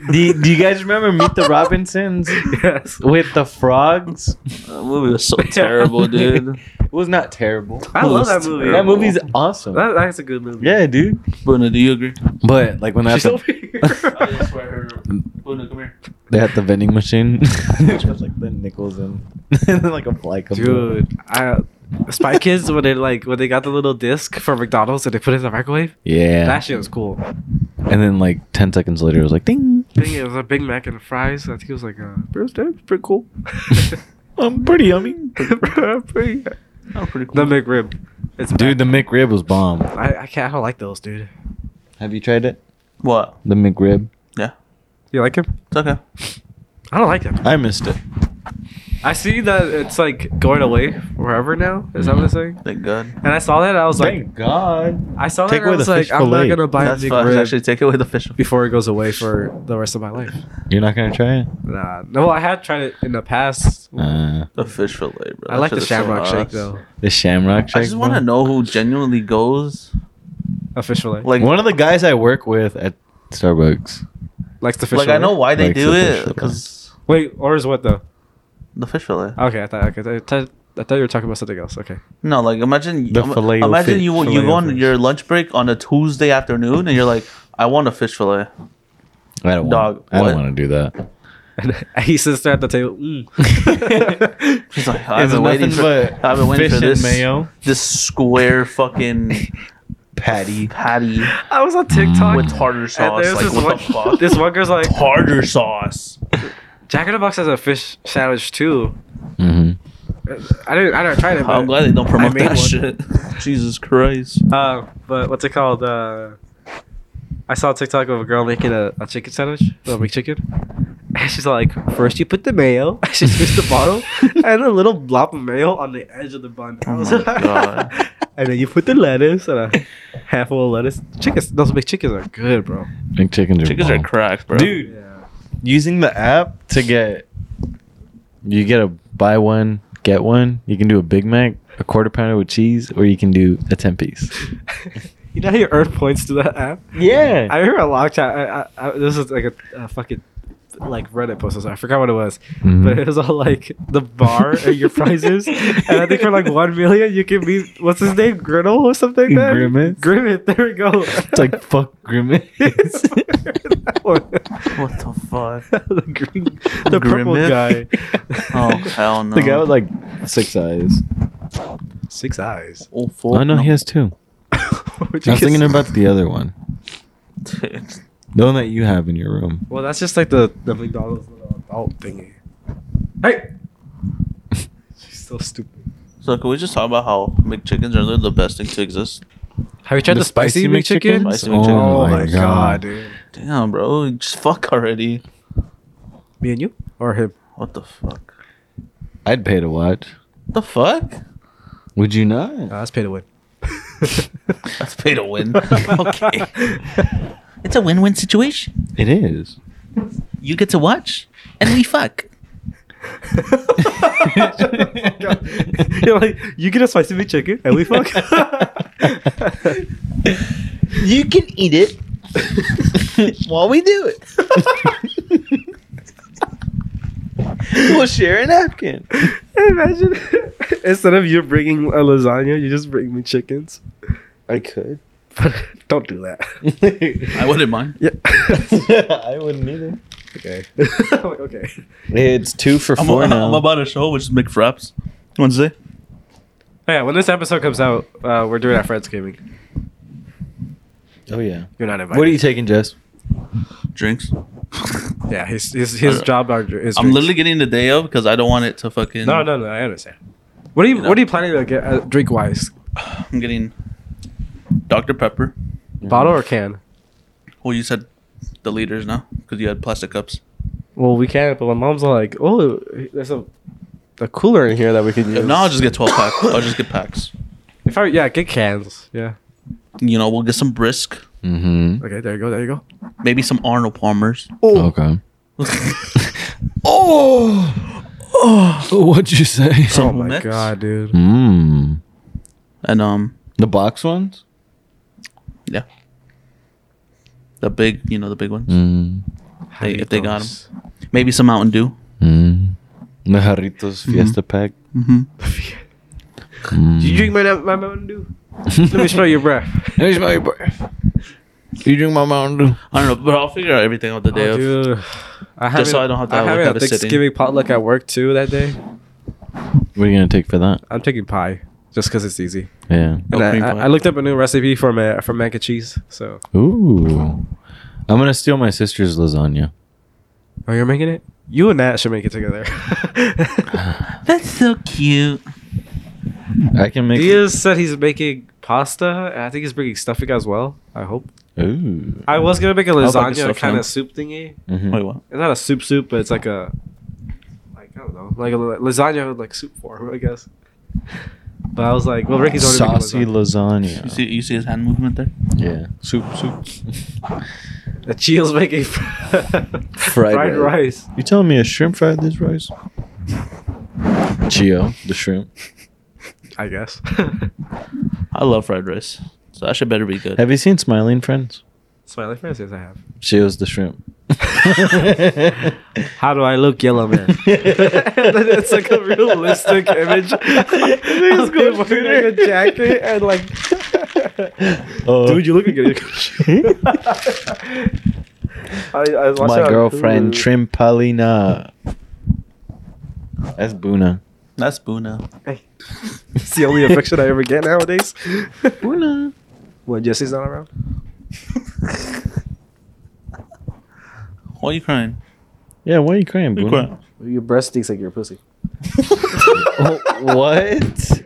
S2: do, do you guys remember Meet the Robinsons
S3: yes.
S2: with the frogs?
S1: That movie was so terrible, dude.
S2: It was not terrible.
S3: I
S1: That
S3: love
S1: was
S3: that movie.
S2: That movie's awesome.
S3: That, that's a good movie.
S2: yeah, dude.
S1: Bruno, do you agree?
S2: But like when that's
S3: She's still
S2: the,
S3: here.
S1: I just swear her. Bruno, come here.
S2: they had the vending machine, just like the nickels in, and then like a fly comes. out.
S3: Dude, I, Spy Kids when they like when they got the little disc from McDonald's and they put it in the microwave.
S2: Yeah.
S3: That shit was cool. I
S2: and then like ten seconds later, it was like ding.
S3: think it was a Big Mac and fries. I think it was like a birthday. Pretty cool. Um,
S2: I'm pretty yummy.
S3: Pretty-
S1: Oh, pretty cool.
S3: the McRib. It's
S2: Dude, the
S3: back.
S2: McRib was bomb.
S3: I, I can't. I don't like those, dude.
S2: Have you tried it?
S1: what?
S2: The McRib.
S1: Yeah.
S3: You like him?
S1: It's okay.
S3: I don't like them.
S2: I missed it.
S3: I see that it's like going away wherever now. Is that what I'm saying?
S1: Thank God.
S3: And I saw that I was like,
S2: God.
S3: I saw
S2: Take
S3: that and I
S2: away
S3: was
S2: the
S3: like,
S2: fish
S3: I'm not
S2: fillet.
S3: gonna buy a
S1: That's fucked. Actually,
S3: McRib
S1: take away the fish.
S3: before it goes away for the rest of my life.
S2: You're not gonna try it.
S3: Nah, no, I had tried it in the past.
S2: Uh,
S1: The fish fillet, bro.
S3: I
S1: That
S3: like
S1: shit
S3: the
S1: is so
S3: Shamrock Shake
S1: ass.
S3: though.
S2: the Shamrock.
S1: I
S2: Shake,
S1: just want to
S2: bro.
S1: know who genuinely goes.
S3: A fish fillet.
S1: Like,
S2: One of the guys I work with at Starbucks.
S3: likes the fish.
S1: like I
S3: fillet?
S1: know why they
S2: Likes
S1: do
S2: the fish
S1: it
S2: fillet.
S1: because
S3: Wait, or is what though?
S1: the fish fillet.
S3: Okay, I thought. Okay, I thought, I thought you were talking about something else. Okay.
S1: No, like imagine
S2: The
S1: im-
S2: filet of
S1: imagine
S2: fish.
S1: you
S3: Filet
S1: you
S3: of
S1: go on
S3: fish.
S1: your lunch break on a Tuesday afternoon and you're like, I want a fish fillet.
S2: I don't
S1: Dog,
S2: want. I
S1: what?
S2: don't want to do that.
S3: And he sits there at the table. Mm.
S1: He's like, I've been waiting for, I've been waiting for this this square fucking
S2: patty.
S1: patty
S3: I was on TikTok.
S1: with tartar
S3: and
S1: sauce.
S3: there's
S1: Like
S3: this,
S1: what
S3: one,
S1: the fuck?
S3: this one girl's like,
S1: tartar sauce.
S3: Jack in the Box has a fish sandwich too.
S2: hmm
S3: I didn't, I never tried it.
S1: I'm
S3: But,
S1: glad they don't promote
S3: made
S1: that
S3: one.
S1: shit. Jesus Christ.
S3: uh, but what's it called? Uh, I saw a TikTok of a girl making a, a chicken sandwich, a McChicken. And she's like, first you put the mayo, she switched the bottle, and a little blob of mayo on the edge of the bun. I
S1: Oh
S3: was
S1: my
S3: like-
S1: God.
S3: and then you put the lettuce and a half of a lettuce. Chickens, those big chickens are good, bro.
S2: McChickens are
S1: Chickens are
S2: bomb.
S1: cracked, bro.
S2: Dude.
S3: Yeah.
S2: Using the app to get you get a buy one get one. You can do a Big Mac, a quarter pounder with cheese, or you can do a ten piece.
S3: you know how you earn points to that app?
S2: Yeah.
S3: I remember a long time. I, I, I, this is like a, a fucking like Reddit post. or something. I forgot what it was,
S2: Mhm.
S3: but it was all like the bar and your prizes. and I think for like one million, you can be what's his name, Griddle or something. Like that?
S2: Grimace?
S3: Grimace. There we go.
S2: it's like fuck grimace.
S3: That one.
S1: What the fuck?
S3: the green, the purple
S1: Grimace?
S3: guy,
S1: Oh hell no.
S2: The guy with like six eyes.
S3: six eyes.
S1: oh fuck.
S2: Oh no, he has two.
S3: What'd
S2: I
S3: you
S2: was
S3: get?
S2: thinking about the other one.
S1: Dude.
S2: The one that you have in your room.
S3: Well, that's just like the the McDonald's little adult thingy. Hey, she's so stupid.
S1: So can we just talk about how McChickens are literally the best thing to exist?
S3: Have you tried the, spicy, McChicken?
S1: Spicy
S2: Oh,
S1: McChicken.
S3: Oh
S2: my god,
S3: dude.
S1: Damn, bro, just fuck already.
S3: Me and you or him?
S1: What the fuck?
S2: I'd pay to watch.
S1: The fuck?
S2: Would you not?
S3: that's pay to win.
S1: That's pay to win. okay, it's a win-win situation.
S2: It is.
S1: You get to watch, and we fuck.
S3: You're like, you get a spicy McChicken and we fuck.
S2: You can eat it while we do it. we'll share a napkin.
S3: Imagine instead of you bringing a lasagna, you just bring me chickens.
S2: I could.
S3: Don't do that.
S1: I wouldn't mind.
S3: Yeah.
S2: I wouldn't either.
S3: okay. okay.
S2: It's two for
S1: I'm,
S2: four
S1: I'm
S2: now.
S1: about to show, which is McFraps. Wednesday.
S3: Oh, Yeah. When this episode comes out, uh, we're doing our friendsgiving.
S2: oh yeah.
S3: You're not invited.
S2: What are you taking, Jess?
S1: Drinks.
S3: Yeah, his his his
S1: Uh,
S3: job are is.
S1: I'm literally getting the day of because I don't want it to fucking.
S3: No, no, no. I understand. What are you
S1: You know.
S3: What are you planning to get uh, drink wise?
S1: I'm getting Dr Pepper.
S3: Bottle or can?
S1: Well, you said the liters now because you had plastic cups.
S3: Well, we can. But my mom's like, oh, there's a a cooler in here that we can use.
S1: If not, I'll just get 12 pack. I'll just get packs.
S3: Probably, yeah, get cans. Yeah.
S1: You know, we'll get some brisk,
S2: Mm-hmm.
S3: Okay, there you go. There you go.
S1: maybe some Arnold Palmer's.
S3: Oh,
S2: Okay.
S1: oh, oh,
S2: What'd you say?
S1: So-
S3: oh my
S1: Mets?
S3: god, dude.
S2: Mmm.
S1: and um,
S2: The box ones?
S1: yeah, the big, you know, the big ones.
S2: Mm.
S1: They, if they got them, maybe some Mountain Dew.
S2: Mm. The Jarritos Fiesta Pack.
S1: Mm-hmm.
S2: Mm.
S3: Did you drink my my Mountain Dew? Let me smell your breath.
S2: Let me smell your breath. You drink my Mountain Dew.
S1: I don't know, but I'll figure out everything on the day
S3: Oh,
S1: of.
S3: dude. I
S1: Just so I don't have to
S3: I'm
S1: look
S3: having a
S1: at it sitting.
S3: Thanksgiving potluck at work too that day.
S2: What are you gonna take for that?
S3: I'm taking pie just because it's easy.
S2: Yeah.
S1: Oh,
S3: And I,
S1: cream
S3: I,
S1: pie.
S3: I looked up a new recipe for ma- for mac and cheese. So,
S2: Ooh. I'm gonna steal my sister's lasagna.
S3: oh, you're making it. You and Nat should make it together.
S1: That's so cute.
S2: I can make.
S3: Diaz said he's making pasta. and I think he's making stuffing as well. I hope.
S2: Ooh.
S3: I was gonna make a
S1: I'll fucking
S3: lasagna
S1: stuff
S3: kind
S1: them.
S3: of soup thingy.
S2: Mhm.
S1: Wait, what?
S3: It's not a soup soup, but it's like a like I don't know, like a la- lasagna with like soup form, I guess. But I was like, well, Ricky's already
S2: saucy
S3: making lasagna.
S2: lasagna.
S1: You see, you see his hand movement there.
S2: Yeah. Soup, soup.
S3: Uh, Chio's making fried, rice.
S2: You telling me a shrimp fried this rice? Chio, the shrimp.
S3: I guess.
S1: I love fried rice, so that should better be good.
S2: Have you seen Smiling Friends?
S3: Smiley friends, yes, I have.
S2: Chio's the shrimp.
S3: How do I look, yellow man? That's like a realistic image.
S2: Nigga's
S3: Of me
S2: going
S3: wearing a
S2: through.
S3: jacket and like,
S2: Oh.
S3: dude, you look good. I, I was watching
S2: My
S3: on
S2: girlfriend
S3: Hulu.
S2: Trimpalina. That's Buna.
S1: That's Buna.
S3: It's the only affection I ever get nowadays.
S2: Buna.
S3: when Jesse's not around.
S1: Why are you crying?
S2: Yeah, why are you crying,
S1: Why you
S2: Buna?
S1: crying?
S3: Your breast stinks like your pussy.
S2: Wh- what?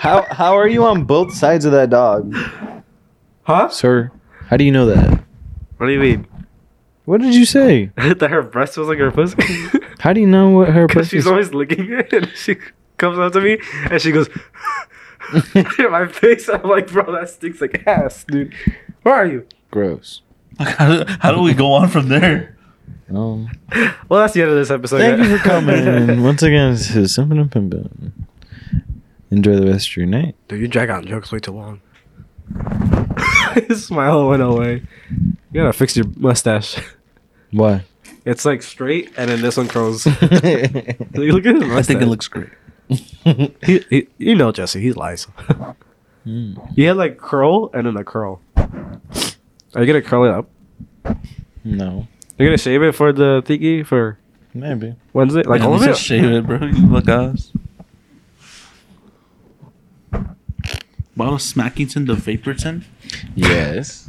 S2: How how are you on both sides of that dog,
S3: Huh?
S2: sir? How do you know that?
S3: What do you mean?
S2: What did you say?
S3: that her breast was like her pussy?
S2: How do you know what her
S3: Because she's
S2: pussy's-
S3: always licking it, and she comes up to me, and she goes, in my face. I'm like, bro, that stinks like ass, dude. Where are you?
S2: gross?
S1: How do, how do we go on from there?
S2: Um,
S3: Well, that's the end of this episode.
S2: thank
S3: guys.
S2: you for coming once again. This is Simpin' and Pimpin'. Enjoy the rest of your night.
S3: Dude, you drag out jokes way too long. His smile went away. You gotta fix your mustache.
S2: Why?
S3: It's like straight, and then this one curls. look at his mustache.
S1: I think it looks great.
S3: He, he, you know Jesse, he lies.
S2: Mm,
S3: you had like curl and then a curl. Are you gonna curl it up?
S2: no,
S3: You're gonna shave it for the thingy for
S2: maybe.
S3: Wednesday? Like
S1: Man,
S3: all
S1: you
S3: of
S1: should
S3: it?
S1: Shave it, bro. You look ass. Bottle Smackington the Vaporton.
S2: Yes.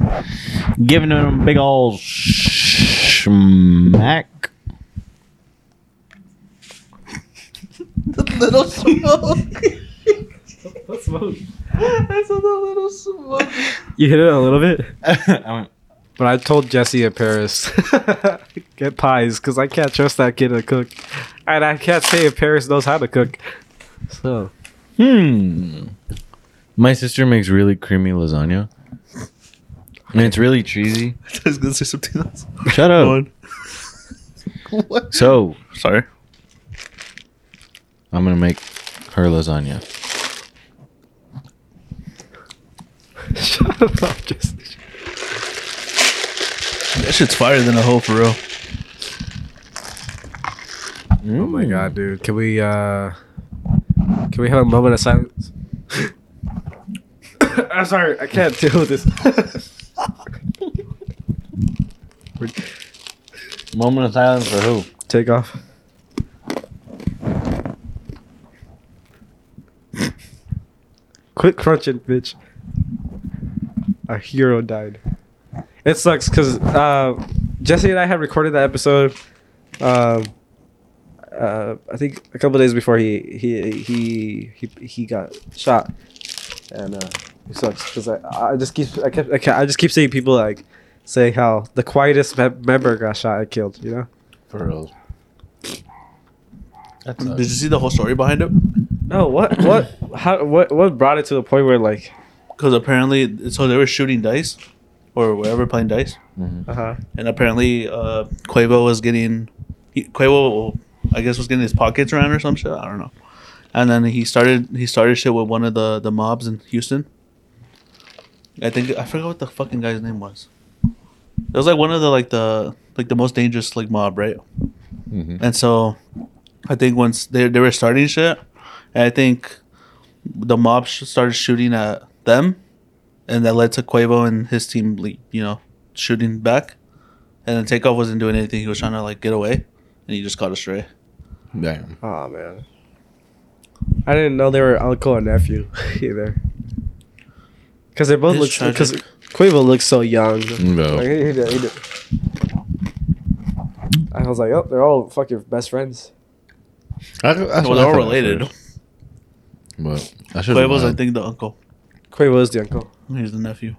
S2: Giving him a big old smack.
S1: The little smoke.
S3: That's smoke.
S1: That's a little smoke.
S3: You hit it a little bit.
S2: I went,
S3: But I told Jesse at Paris, get pies, because I can't trust that kid to cook. And I can't say if Paris knows how to cook. So,
S2: hmm. My sister makes really creamy lasagna. And it's really cheesy.
S1: I was gonna say something else.
S2: Shut up.
S1: Go on. what?
S2: So,
S1: Sorry.
S2: I'm going to make her lasagna.
S3: shut up, Jesse.
S1: That shit's fire than a hoe for real.
S3: Oh
S2: Hmm.
S3: my god, dude. Can we, uh, can we have a moment of silence? I'm sorry, I can't deal with this.
S2: Moment of silence for who?
S3: Take off. Quit crunching, bitch. Our hero died. It sucks because uh, Jesse and I had recorded that episode. Um, uh, I think a couple days before he he he he, he got shot, and uh, it sucks because I, I just keep I kept I, ca- I just keep seeing people like say how the quietest me- member got shot and killed. You know.
S2: For real.
S5: That's
S1: Did you see the whole story behind it?
S3: No, what what how what what brought it to the point where like
S1: Because apparently, so they were shooting dice, or whatever, playing dice,
S2: Mhm.
S3: uh huh
S1: and apparently, uh, Quavo was getting, he, Quavo, I guess, was getting his pockets ran or some shit. I don't know. And then he started, he started shit with one of the the mobs in Houston. I think I forgot what the fucking guy's name was. It was like one of the like the like the most dangerous like mob, right?
S2: Mhm.
S1: And so, I think once they they were starting shit, and I think the mob sh- started shooting at them, and that led to Quavo and his team, le- you know, shooting back. And then Takeoff wasn't doing anything; he was trying to like get away, and he just caught a stray.
S2: Damn.
S3: oh man I didn't know they were uncle and nephew either because they both
S1: It's
S3: look
S1: tragic.
S3: because Quavo looks so young
S6: No.
S3: Like, he- he did- he did. I was like oh they're all fucking best friends
S6: I, that's what
S1: well,
S6: I
S1: they're all
S6: thought at
S1: related.
S6: first, But I should have.
S1: Quavo's, I think, the uncle.
S3: Quavo is the uncle
S1: He's the nephew.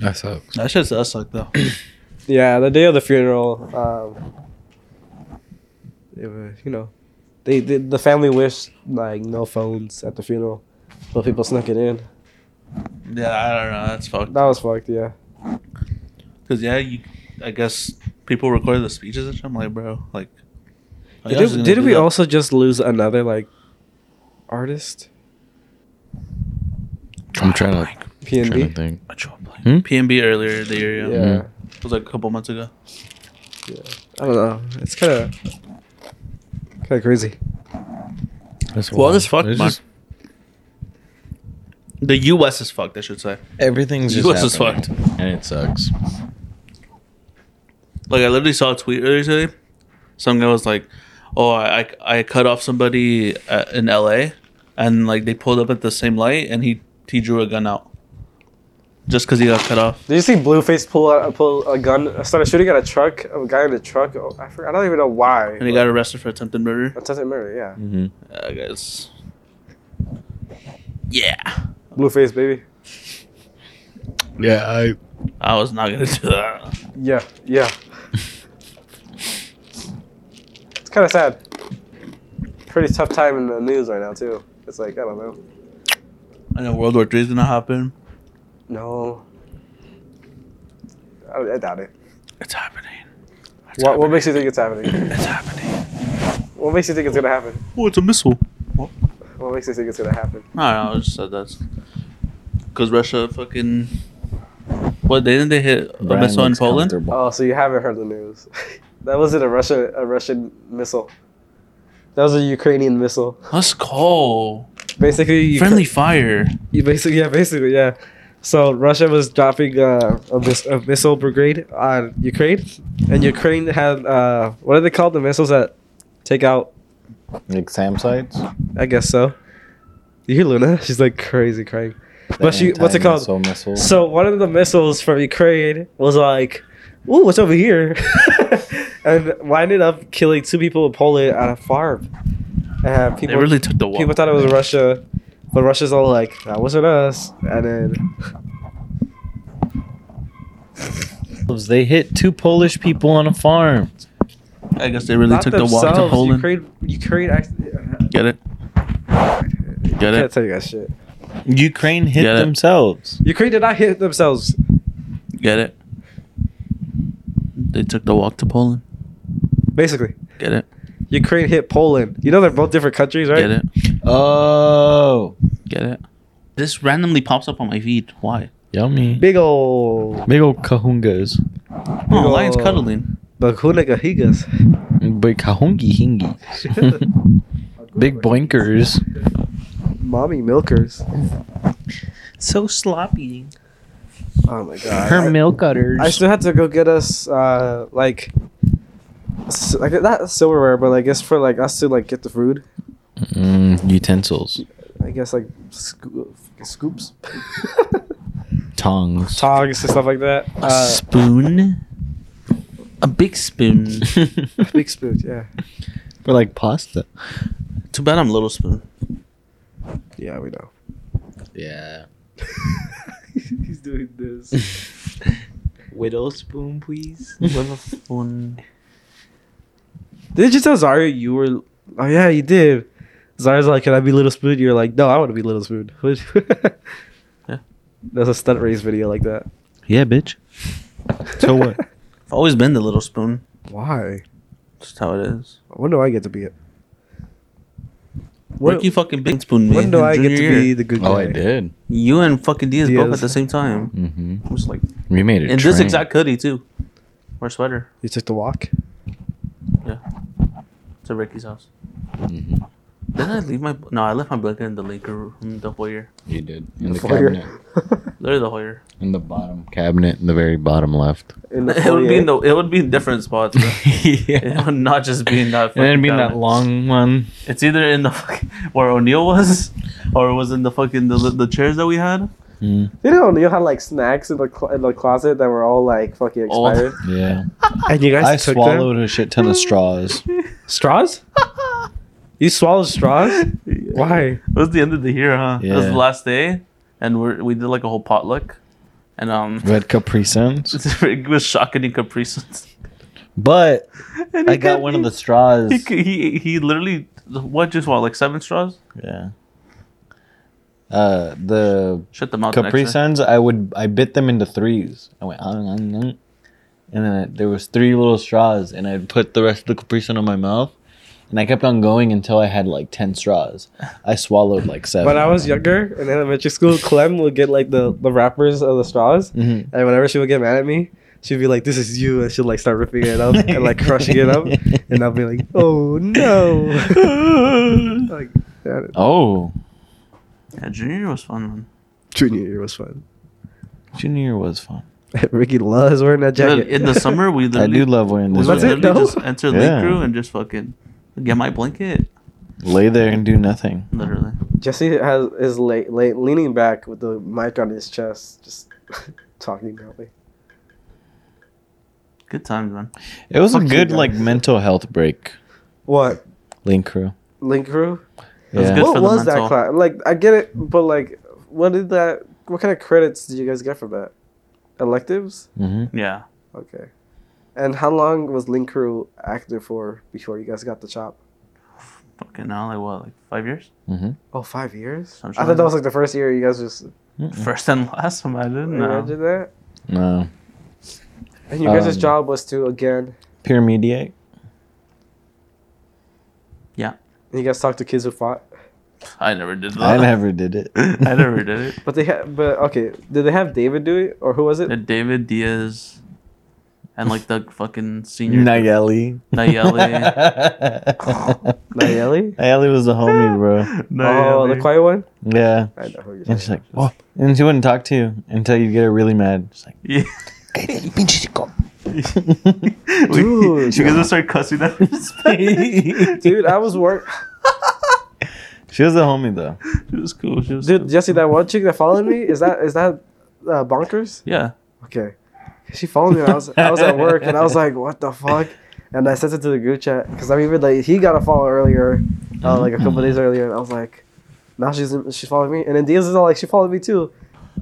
S6: That sucks.
S1: That shit's us like though.
S3: yeah the day of the funeral um it was, you know they, they the family wished like no phones at the funeral but people snuck it in
S1: yeah, I don't know. That's fucked.
S3: that was fucked yeah.
S1: Cause yeah, you, I guess people recorded the speeches and shit. I'm like, bro, like. I guess
S3: Did,
S1: gonna
S3: did
S1: do
S3: we
S1: that.
S3: also just lose another like artist?
S6: I'm trying to, trying to
S3: PNB.
S6: think.
S1: I tried playing
S6: Hmm?
S1: PNB earlier the year.
S3: Yeah.
S1: Yeah. It was like a couple months ago.
S3: Mm-hmm. I don't know. It's kind of kind of crazy.
S6: That's
S1: Well,
S6: wild.
S1: this fuck,
S6: It's
S1: man.
S6: just-
S1: The U.S. is fucked. I should say.
S2: Everything's just
S1: US is
S2: happening, and it sucks.
S1: Like I literally saw a tweet earlier today. Some guy was like, "Oh, I I, I cut off somebody at, in L.A. and like they pulled up at the same light and he he drew a gun out just because he got cut off."
S3: Did you see Blueface pull out, pull a gun? Started shooting at a truck. A guy in a truck. Oh, I forgot. I don't even know why.
S1: And he got Mm. arrested for attempted murder.
S3: attempted murder. Yeah.
S2: Mm-hmm.
S1: I guess. Yeah,
S3: Blueface baby.
S6: Yeah, I.
S1: I was not gonna do that.
S3: Yeah. Yeah. it's kind of sad. Pretty tough time in the news right now too. It's like I don't know.
S1: I know World War Three is gonna happen.
S3: No. I, I doubt it.
S1: It's happening. It's
S3: What, what makes you think it's happening?
S1: It's happening.
S3: What makes you think it's gonna happen?
S1: Oh, it's a missile.
S3: What makes you think it's gonna happen?
S1: I don't know. I just said that's because Russia fucking. What didn't they hit a missile in Poland?
S3: Oh, so you haven't heard the news? that wasn't a Russia a Russian missile. That was a Ukrainian missile.
S1: Let's go.
S3: Basically, you
S1: Friendly fire.
S3: You basically, yeah, basically, yeah. So Russia was dropping uh, a, mis- a missile brigade on Ukraine, and Ukraine had uh, what are they called? The missiles that take out?
S5: Like Sam sites?
S3: I guess so. You hear Luna? She's like crazy crying. But she, what's it called?
S5: Missile missile.
S3: So one of the missiles from Ukraine was like, "Ooh, what's over here?" and winded up killing two people in Poland at a farm. And
S1: They
S3: people,
S1: really took the wall.
S3: people thought it was Russia, but Russia's all like, "That wasn't us." And then,
S2: They hit two Polish people on a farm.
S1: I guess they really
S3: not
S1: took the walk to
S3: themselves,
S1: Poland.
S3: Ukraine, Ukraine actually.
S1: Get it? Get
S3: I can't
S1: it?
S3: tell you guys shit.
S2: Ukraine hit
S1: Get it.
S2: themselves.
S3: Ukraine did not hit themselves.
S1: Get it? They took the walk to Poland.
S3: Basically,
S1: Get it?
S3: Ukraine hit Poland. You know they're both different countries, right?
S1: Get it?
S2: Oh,
S1: Get it? This randomly pops up on my feed. Why?
S2: yummy.
S3: Big ol'
S2: Big old cahungas.
S1: Oh,
S3: Yo.
S1: lion's cuddling.
S3: Bakunagahigas.
S2: Big cahungi hingies. Big blinkers.
S3: Mommy milkers.
S1: So sloppy.
S3: Oh my god.
S2: Her milk udders.
S3: I still had to go get us uh like s- like not silverware, but I guess for like us to like get the food.
S2: Mm, utensils.
S3: I guess like sco- scoops,
S2: Tongs.
S3: tongs and stuff like that.
S1: A
S3: Uh,
S1: spoon? A big spoon.
S3: big spoon, yeah.
S2: For like pasta.
S1: Too bad I'm Little Spoon.
S3: Yeah, we know.
S2: Yeah.
S3: He's doing this.
S2: Widow spoon, please.
S1: Little Spoon.
S3: Did you tell Zarya you were? Oh yeah, you did. Zarya's like, "Can I be Little Spoon?" You're like, "No, I want to be Little Spoon."
S2: Yeah.
S3: There's a stunt race video like that.
S2: Yeah, bitch. So what?
S1: I've always been the little spoon.
S3: Why?
S1: That's how it is.
S3: When do I get to be it? When,
S1: Ricky fucking big spoon me.
S3: when do
S1: in
S3: I get to
S1: junior
S3: be
S1: year.
S3: the good guy?
S6: Oh, I did.
S1: You and fucking Diaz, both
S3: Diaz.
S1: at the same time.
S6: Mm-hmm.
S1: I'm just like,
S6: We made it.
S1: and this exact hoodie too, or sweater.
S3: You took the walk.
S1: It's at Ricky's house.
S2: Mm-hmm.
S6: hmm
S1: Did I leave my? No, I left my blanket in the Laker room the whole year.
S6: You did in the
S3: Foyer.
S6: cabinet,
S1: Literally the whole year.
S6: in the bottom cabinet, in the very bottom left.
S3: In
S1: It would be
S3: foyer.
S1: in the. It would be in different spots. Bro. It
S6: yeah.
S1: would not just be in that.
S2: And then
S1: fucking
S2: being that
S1: cabinet.
S2: long one.
S1: It's either in the fucking, where O'Neal was, or it was in the fucking the, the chairs that we had.
S6: Mm,
S3: You know, Neil had like snacks in the cl- in the closet that were all like fucking
S1: All-
S3: expired.
S6: yeah.
S3: And you
S2: I swallowed a shit ton of straws.
S3: straws. you swallowed straws? Why?
S1: It was the end of the year, huh? It was the
S6: Yeah.
S1: last day, and we we did like a whole potluck, and um,
S2: Red Capri Suns.
S1: it was shocking Capri Suns.
S2: But
S1: And
S2: I
S1: he
S2: got
S1: kept-
S2: one of the straws.
S1: He he, he, he literally what just what like seven straws?
S2: Yeah. Uh, the
S1: Shut them out. the
S2: Capri
S1: next day.
S2: Suns, I would I bit them into threes. I went, "Ah, ah, ah." and then I, there was three little straws, and I put the rest of the Capri Sun in my mouth, and I kept on going until I had like ten straws. I swallowed like seven.
S3: When I was younger in elementary school, Clem would get like the, the wrappers of the straws,
S2: Mhm.
S3: and whenever she would get mad at me, she'd be like, "This is you," and she'd like start ripping it up and like crushing it up, and I'd be like, "Oh no!" like yeah,
S2: Oh,
S1: Yeah, junior year was fun. Man.
S3: junior year was fun.
S2: junior year was fun.
S3: Ricky loves wearing that jacket
S1: In the summer, we
S2: I
S1: literally
S2: do love wearing
S1: we
S2: this.
S3: Was That's
S2: one.
S3: it?
S1: literally
S3: though?
S1: just entered
S2: Yeah.
S1: Lake Crew and just fucking get my blanket.
S2: Lay there and do nothing.
S1: Literally,
S3: Jesse has is la la leaning back with the mic on his chest, just talking about me.
S1: good times, man.
S2: It was a
S3: Fuck you
S2: good
S3: guys.
S2: like mental health break.
S3: What
S2: Link crew.
S3: link crew?
S1: It was
S2: Yeah.
S1: good
S3: what
S1: for the
S3: was that
S1: mental.
S3: class? Like, I get it, but like, what did that? What kind of credits did you guys get from that? Electives?
S2: Mm-hmm.
S1: Yeah,
S3: Okay. And how long was Link Crew active for before you guys got the job?
S1: fucking now like what like five years?
S2: Mm-hmm.
S3: Oh, five years. I
S1: Something
S3: thought
S1: like
S3: that was like the first year you guys just
S2: Mm.
S1: First and last, man. I didn't know.
S3: imagine that.
S2: Mm-hmm. No.
S3: And you guys'
S2: Um,
S3: job was to again.
S2: Peer mediate.
S3: And you guys talked to kids who fought,
S1: I never did that.
S2: I never did it.
S1: I never did it.
S3: but they had. But okay, did they have David do it or who was it?
S1: The David Diaz, and like the fucking senior
S2: Nayeli.
S1: Nayeli.
S3: Nayeli.
S2: Nayeli was the homie, bro.
S3: Oh, the quiet one.
S2: Yeah.
S3: I know who you're
S2: And
S3: talking.
S2: she's like, oh. And she wouldn't talk to you until you get her really mad. She's like,
S1: Yeah.
S3: Dude.
S1: she gonna start cussing at us.
S3: about. Dude, I was work.
S2: she was a homie, though.
S1: She was cool. She was
S3: Dude,
S1: cool.
S3: Jesse, that one chick that followed me is that is that uh, bonkers?
S1: Yeah.
S3: Okay. She followed me. and I was I was at work and I was like, what the fuck? And I sent it to the group chat because I remember like he got a follow earlier, uh, like a couple days earlier, and I was like, now she's she's following me, and then Diaz is all like, she followed me too.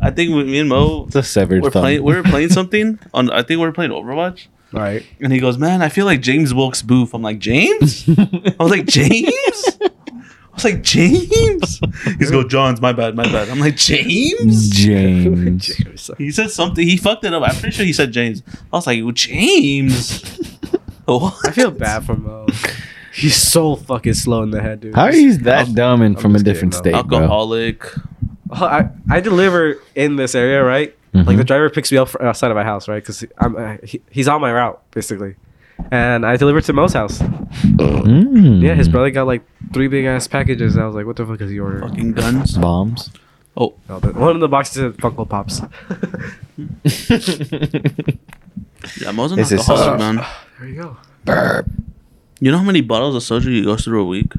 S1: I think we- me and Mo
S6: It's a severed
S1: we're
S6: thumb.
S1: playing. We were playing something on. I think we were playing Overwatch.
S6: right.
S1: And he goes, man, I feel like James Wilkes Booth. I'm like, James? I was like, James? I was like, James? He's go, John's, my bad, my bad. I'm like, James?
S6: James.
S1: He said something. He fucked it up. I'm pretty sure he said James. I was like, James? What?
S3: I feel bad for Mo. He's so fucking slow in the head, dude.
S6: How are you that dumb and
S3: I'm
S6: from a
S3: just kidding,
S6: different
S3: bro.
S6: state, bro?
S1: Alcoholic.
S3: Oh, I, I deliver in this area, right? Like
S6: Mhm.
S1: Mm-hmm.
S3: the driver picks me up fr- outside of my house, right? Because I'm uh, he, he's on my route basically, and I deliver to Mo's house.
S6: Mm.
S3: Yeah,
S1: Mm-hmm.
S3: his brother got like three big ass packages. And I was like, what the fuck is he ordering?
S1: Fucking guns.
S6: bombs.
S3: No, but one of the boxes said Funko Pops.
S1: Yeah, Mo's an
S6: This is
S1: alcoholic,
S6: so-
S1: man.
S3: there you go.
S6: Burp.
S1: You know how many bottles of soju you go through a week?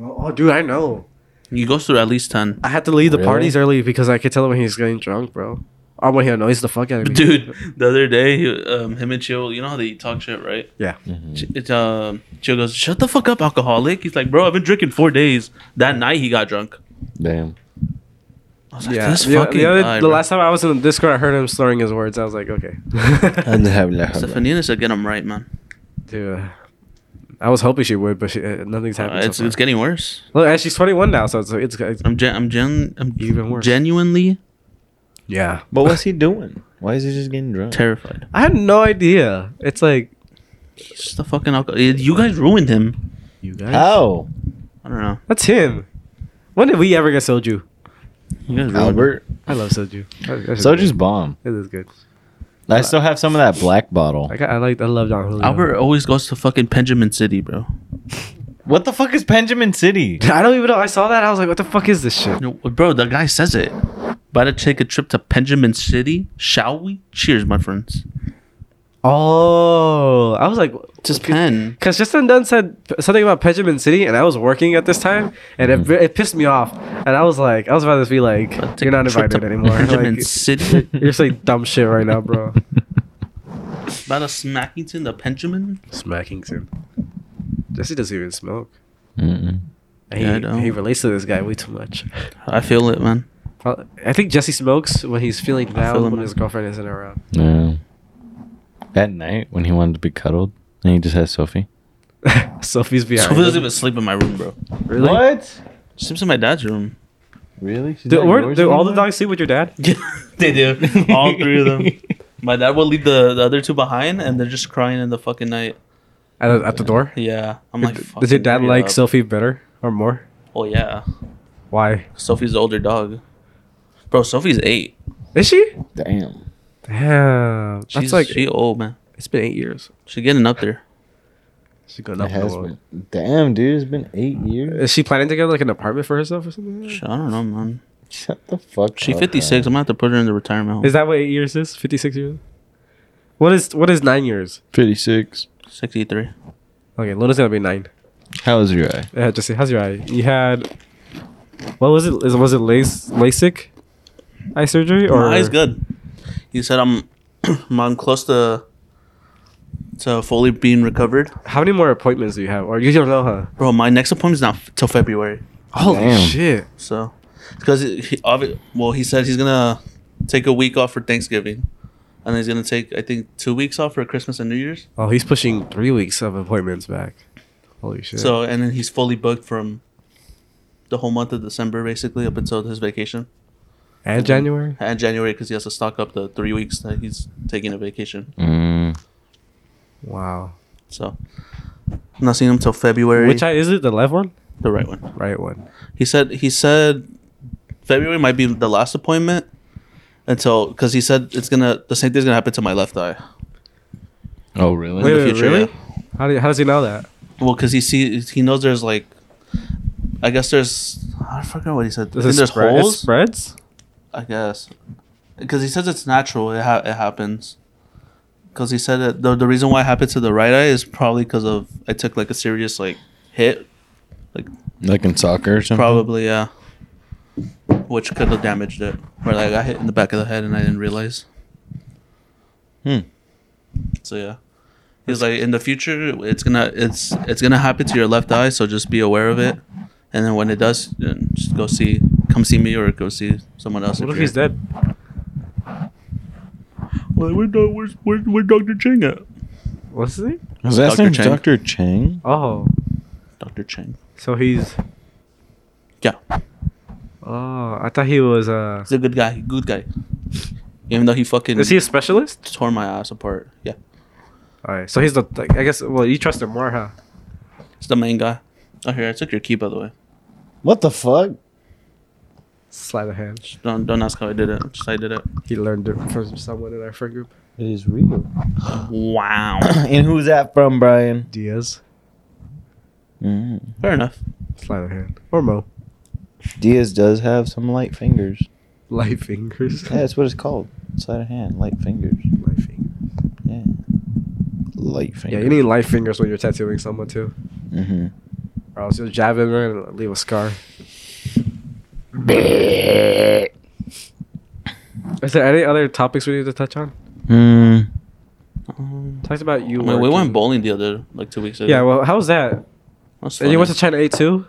S3: Oh, dude, I know.
S1: You go through at least 10.
S3: I had to leave the
S6: Really?
S3: parties early because I could tell when he's getting drunk, bro. Or when he annoys the fuck out of me.
S1: Dude, the other day, he- um, him and Chill, you know how they talk shit, right?
S3: Yeah.
S1: Ch- It's um, Chill goes, shut the fuck up, alcoholic. He's like, bro, I've been drinking four days. That night he got drunk.
S6: Damn.
S1: I was like,
S3: Yeah.
S1: this
S3: The, the
S1: fucking
S3: other-
S1: guy,
S3: the
S1: bro."
S3: last time I was in the Discord, I heard him slurring his words. I was like, okay.
S6: Alhamdulillah.
S1: Stephanie said, get him right, man.
S3: Dude. I was hoping she would, but she, uh, nothing's
S1: Uh,
S3: happened.
S1: it's
S3: so far.
S1: it's getting worse.
S3: Look, and she's 21 now, so it's it's, it's
S1: I'm gen- I'm gen- I'm
S3: Even worse.
S1: genuinely
S3: yeah.
S2: But what's he doing? Why is he just getting drunk?
S1: terrified.
S3: I had no idea. It's like
S1: He's just a fucking alcohol. You guys ruined him.
S3: you guys.
S2: How?
S1: I don't know.
S3: That's him. When did we ever get soju?
S1: You guys ruined
S2: Albert.
S3: I love soju. That- that's
S2: Soju's
S3: good.
S2: bomb.
S3: It is good.
S2: I still have some of that black bottle.
S3: I got, I like I love Don Julio.
S1: Him. Albert always goes to fucking Benjamin City, bro.
S2: What the fuck is Benjamin City?
S3: I don't even know. I saw that. I was like, what the fuck is this shit?
S1: No, bro, the guy says it. About to take a trip to Benjamin City, shall we? Cheers, my friends.
S3: Oh, I was like,
S1: Just pen.
S3: Because Justin Dunn said p- something about Benjamin City, and I was working at this time, and
S1: Hmm.
S3: it, it pissed me off. And I was like, I was about to be like,
S1: About to
S3: you're not
S1: take a trip
S3: invited
S1: to
S3: anymore.
S1: Benjamin
S3: Like,
S1: City.
S3: you're saying dumb shit right now, bro.
S1: About to Smackington to Benjamin.
S3: Smacking soon. Jesse doesn't even smoke.
S6: Mm-mm.
S3: He,
S1: Yeah, I don't.
S3: he relates to this guy way too much.
S1: I feel it, man.
S3: Pro- I think Jesse smokes when he's feeling down
S1: feel him.
S3: when his girlfriend isn't around.
S6: No. At night when he wanted to be cuddled, and he just has Sophie.
S3: Sophie's
S1: Yeah,
S3: behind.
S1: Sophie doesn't
S3: him.
S1: even sleep in my room, bro.
S3: really?
S2: What?
S1: She sleeps in my dad's room.
S2: Really? She's
S3: Do,
S2: not
S3: were-
S2: yours
S3: do all the
S2: anymore?
S3: dogs sleep with your dad?
S1: they do. All three of them. My dad will leave the, the other two behind, and they're just crying in the fucking night.
S3: At, at the door?
S1: Yeah, I'm like.
S3: Does your
S1: fucking
S3: dad
S1: hurry
S3: like
S1: up.
S3: Sophie better or more?
S1: Oh yeah,
S3: Why?
S1: Sophie's the older dog. Bro, Sophie's eight.
S3: Is she?
S5: Damn.
S3: Damn.
S1: She's
S3: That's like
S1: she old man.
S3: it's been eight years.
S1: She's getting up there.
S3: She's going
S5: It
S3: up. in the
S5: has
S3: world.
S5: been. Damn, dude. It's been eight years.
S3: Is she planning to get like an apartment for herself or something? like
S1: Sh- I don't know, man.
S5: Shut the fuck
S1: She's
S5: up,
S1: 56. I'm
S5: man.
S1: gonna have to put her in the retirement home.
S3: that? Is that what eight years is? Fifty six years. What is what is nine years?
S2: 56.
S1: 63.
S3: Okay, Luna's gonna be nine.
S2: How is your eye?
S3: Yeah, Jesse, how's your eye? You had what was it? Is, was it Lace, LASIK eye surgery or?
S1: My eye's good. He said I'm, I'm close to, to fully being recovered.
S3: How many more appointments do you have? Or you don't know, huh?
S1: Bro, my next appointment's not f- till February.
S3: Holy
S6: Damn.
S3: shit!
S1: So, because he obvi- well, he said he's gonna take a week off for Thanksgiving, and he's gonna take I think two weeks off for Christmas and New Year's.
S3: Oh, he's pushing three weeks of appointments back. Holy shit!
S1: So, and then he's fully booked from the whole month of December basically up until his vacation
S2: Mm-hmm.
S3: and January.
S1: and January because he has to stock up the three weeks that he's taking a vacation.
S6: Mm.
S3: Wow.
S1: So, I'm not seeing him till February.
S3: Which eye is it? The left one?
S1: the right one.
S3: Right one.
S1: He said he said February might be the last appointment until because he said it's gonna the same thing's gonna happen to my left eye
S6: Oh,
S1: in
S6: really?
S3: Wait,
S1: the
S3: wait,
S1: future.
S3: really?
S1: yeah.
S3: How, do you, how does he know that?
S1: Well, because he sees he knows there's like I guess there's I forgot what he said. I
S3: Does
S1: think
S3: it
S1: there's
S3: spread? It
S1: holes.
S3: spreads?
S1: I guess because he says it's natural. It ha- it happens. Because he said that the, the reason why it happened to the right eye is probably because of I took like a serious like hit,
S6: Like in soccer or something?
S3: Mm-hmm.
S1: probably yeah, which could have damaged it. Or like I got hit in the back of the head and I didn't realize.
S2: Hmm.
S1: So yeah, he's like, in the future, it's gonna it's it's gonna happen to your left eye, so just be aware of it. And then when it does, then just go see, come see me or go see someone else.
S3: What if
S1: you're-
S3: he's dead?
S1: Well, where, do- where's, where, where Dr. Chang at?
S3: What's his name?
S2: Is that
S1: Dr.
S2: Dr.
S1: Chang.
S2: Dr. Chang?
S3: Oh,
S1: Dr. Chang.
S3: so he's.
S1: Yeah,
S3: Oh, I thought he was. Uh,
S1: he's a good guy. Good guy. Even though he fucking
S3: is he a specialist?
S1: tore my ass apart. Yeah,
S3: All right, so he's the. Like, I guess. Well, you trust him more, huh?
S1: it's the main guy. Oh, here I took your key by the way.
S5: What the fuck?
S3: Sleight of hand.
S1: Don't don't ask how I did it. Just I did it.
S3: He learned it from someone in our friend group.
S2: It is real.
S1: Wow.
S2: and who's that from, Brian? mm.
S3: Diaz.
S1: Fair enough.
S3: Sleight of hand. Or Mo.
S2: Diaz does have some light fingers.
S3: Light fingers.
S2: Yeah, that's what it's called. Sleight of hand, light fingers.
S3: Light fingers.
S2: Yeah. Light fingers.
S3: Yeah, you need light fingers when you're tattooing someone too,
S2: Mm-hmm.
S3: or else you'll jab him and leave a scar. Is there any other topics we need to touch on?
S6: Hmm.
S2: Mm.
S1: Um,
S3: Talked about you.
S1: I mean, we went
S3: working.
S1: bowling the other like two weeks ago.
S3: Yeah, well, how was that?
S1: That's
S3: And you went to
S1: funny.
S3: China 8 too?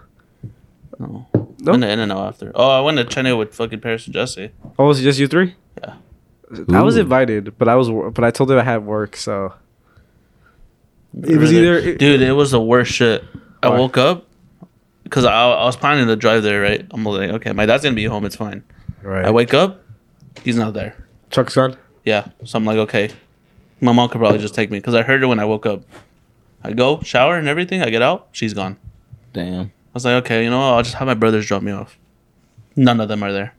S1: No.
S3: No?
S1: Went to In and Out after. Oh, I went to China with fucking Paris and Jesse.
S3: Oh, was it just you three?
S1: Yeah.
S3: I was
S6: Ooh.
S3: invited, but I was wor- but I told them I had work, so It was either it,
S1: dude. It was the worst shit. I
S3: Why?
S1: woke up because I, I was planning to drive there. Right, I'm like, okay, my dad's gonna be home. It's fine.
S3: right.
S1: I wake up, he's not there.
S3: Chuck's gone.
S1: Yeah. So I'm like, okay, my mom could probably just take me because I heard her when I woke up. I go shower and everything. I get out. She's gone.
S6: Damn.
S1: I was like, okay, you know, what? I'll just have my brothers drop me off. None of them are there.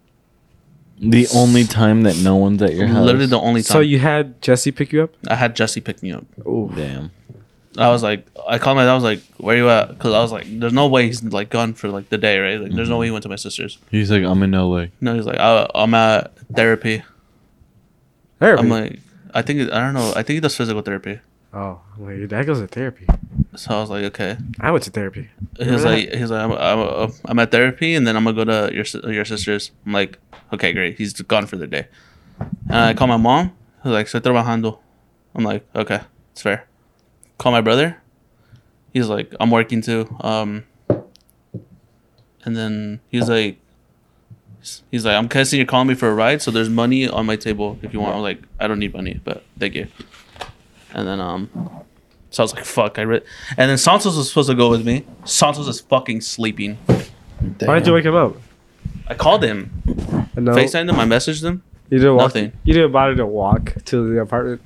S6: The only time that no one's at your house.
S1: Literally the only time
S3: So you had Jesse pick you up?
S1: I had Jesse pick me up.
S3: Oh,
S6: Damn.
S1: I was like, I called my dad. I was like, where you at? Because I was like, there's no way he's like gone for like the day, right? Like,
S3: Mm-hmm.
S1: there's no way he went to my sister's.
S6: He's like, I'm in LA.
S1: No, he's like, I, I'm at therapy. I'm like, I think I don't know. I think he does physical therapy.
S3: oh, I'm like, your dad goes to therapy.
S1: So I was like, okay.
S3: I went to therapy.
S1: He was
S3: Remember
S1: like, he's like, I'm, I'm, I'm at therapy, and then I'm gonna go to your si- your sister's. I'm like, okay, great. He's gone for the day. And I call my mom. He's like, estoy trabajando. I'm like, okay, it's fair. Call my brother. He's like, I'm working too. Um, and then he's like, he's like, I'm guessing you're calling me for a ride, so there's money on my table if you want. I'm like, I don't need money, but thank you. And then um, so I was like, fuck, I read. And then Santos was supposed to go with me. Santos is fucking sleeping.
S3: Why did you wake him up?
S1: I called him,
S3: No,
S1: FaceTimed him, I messaged him.
S3: you didn't walk.
S1: nothing.
S3: You didn't bother to walk to the apartment.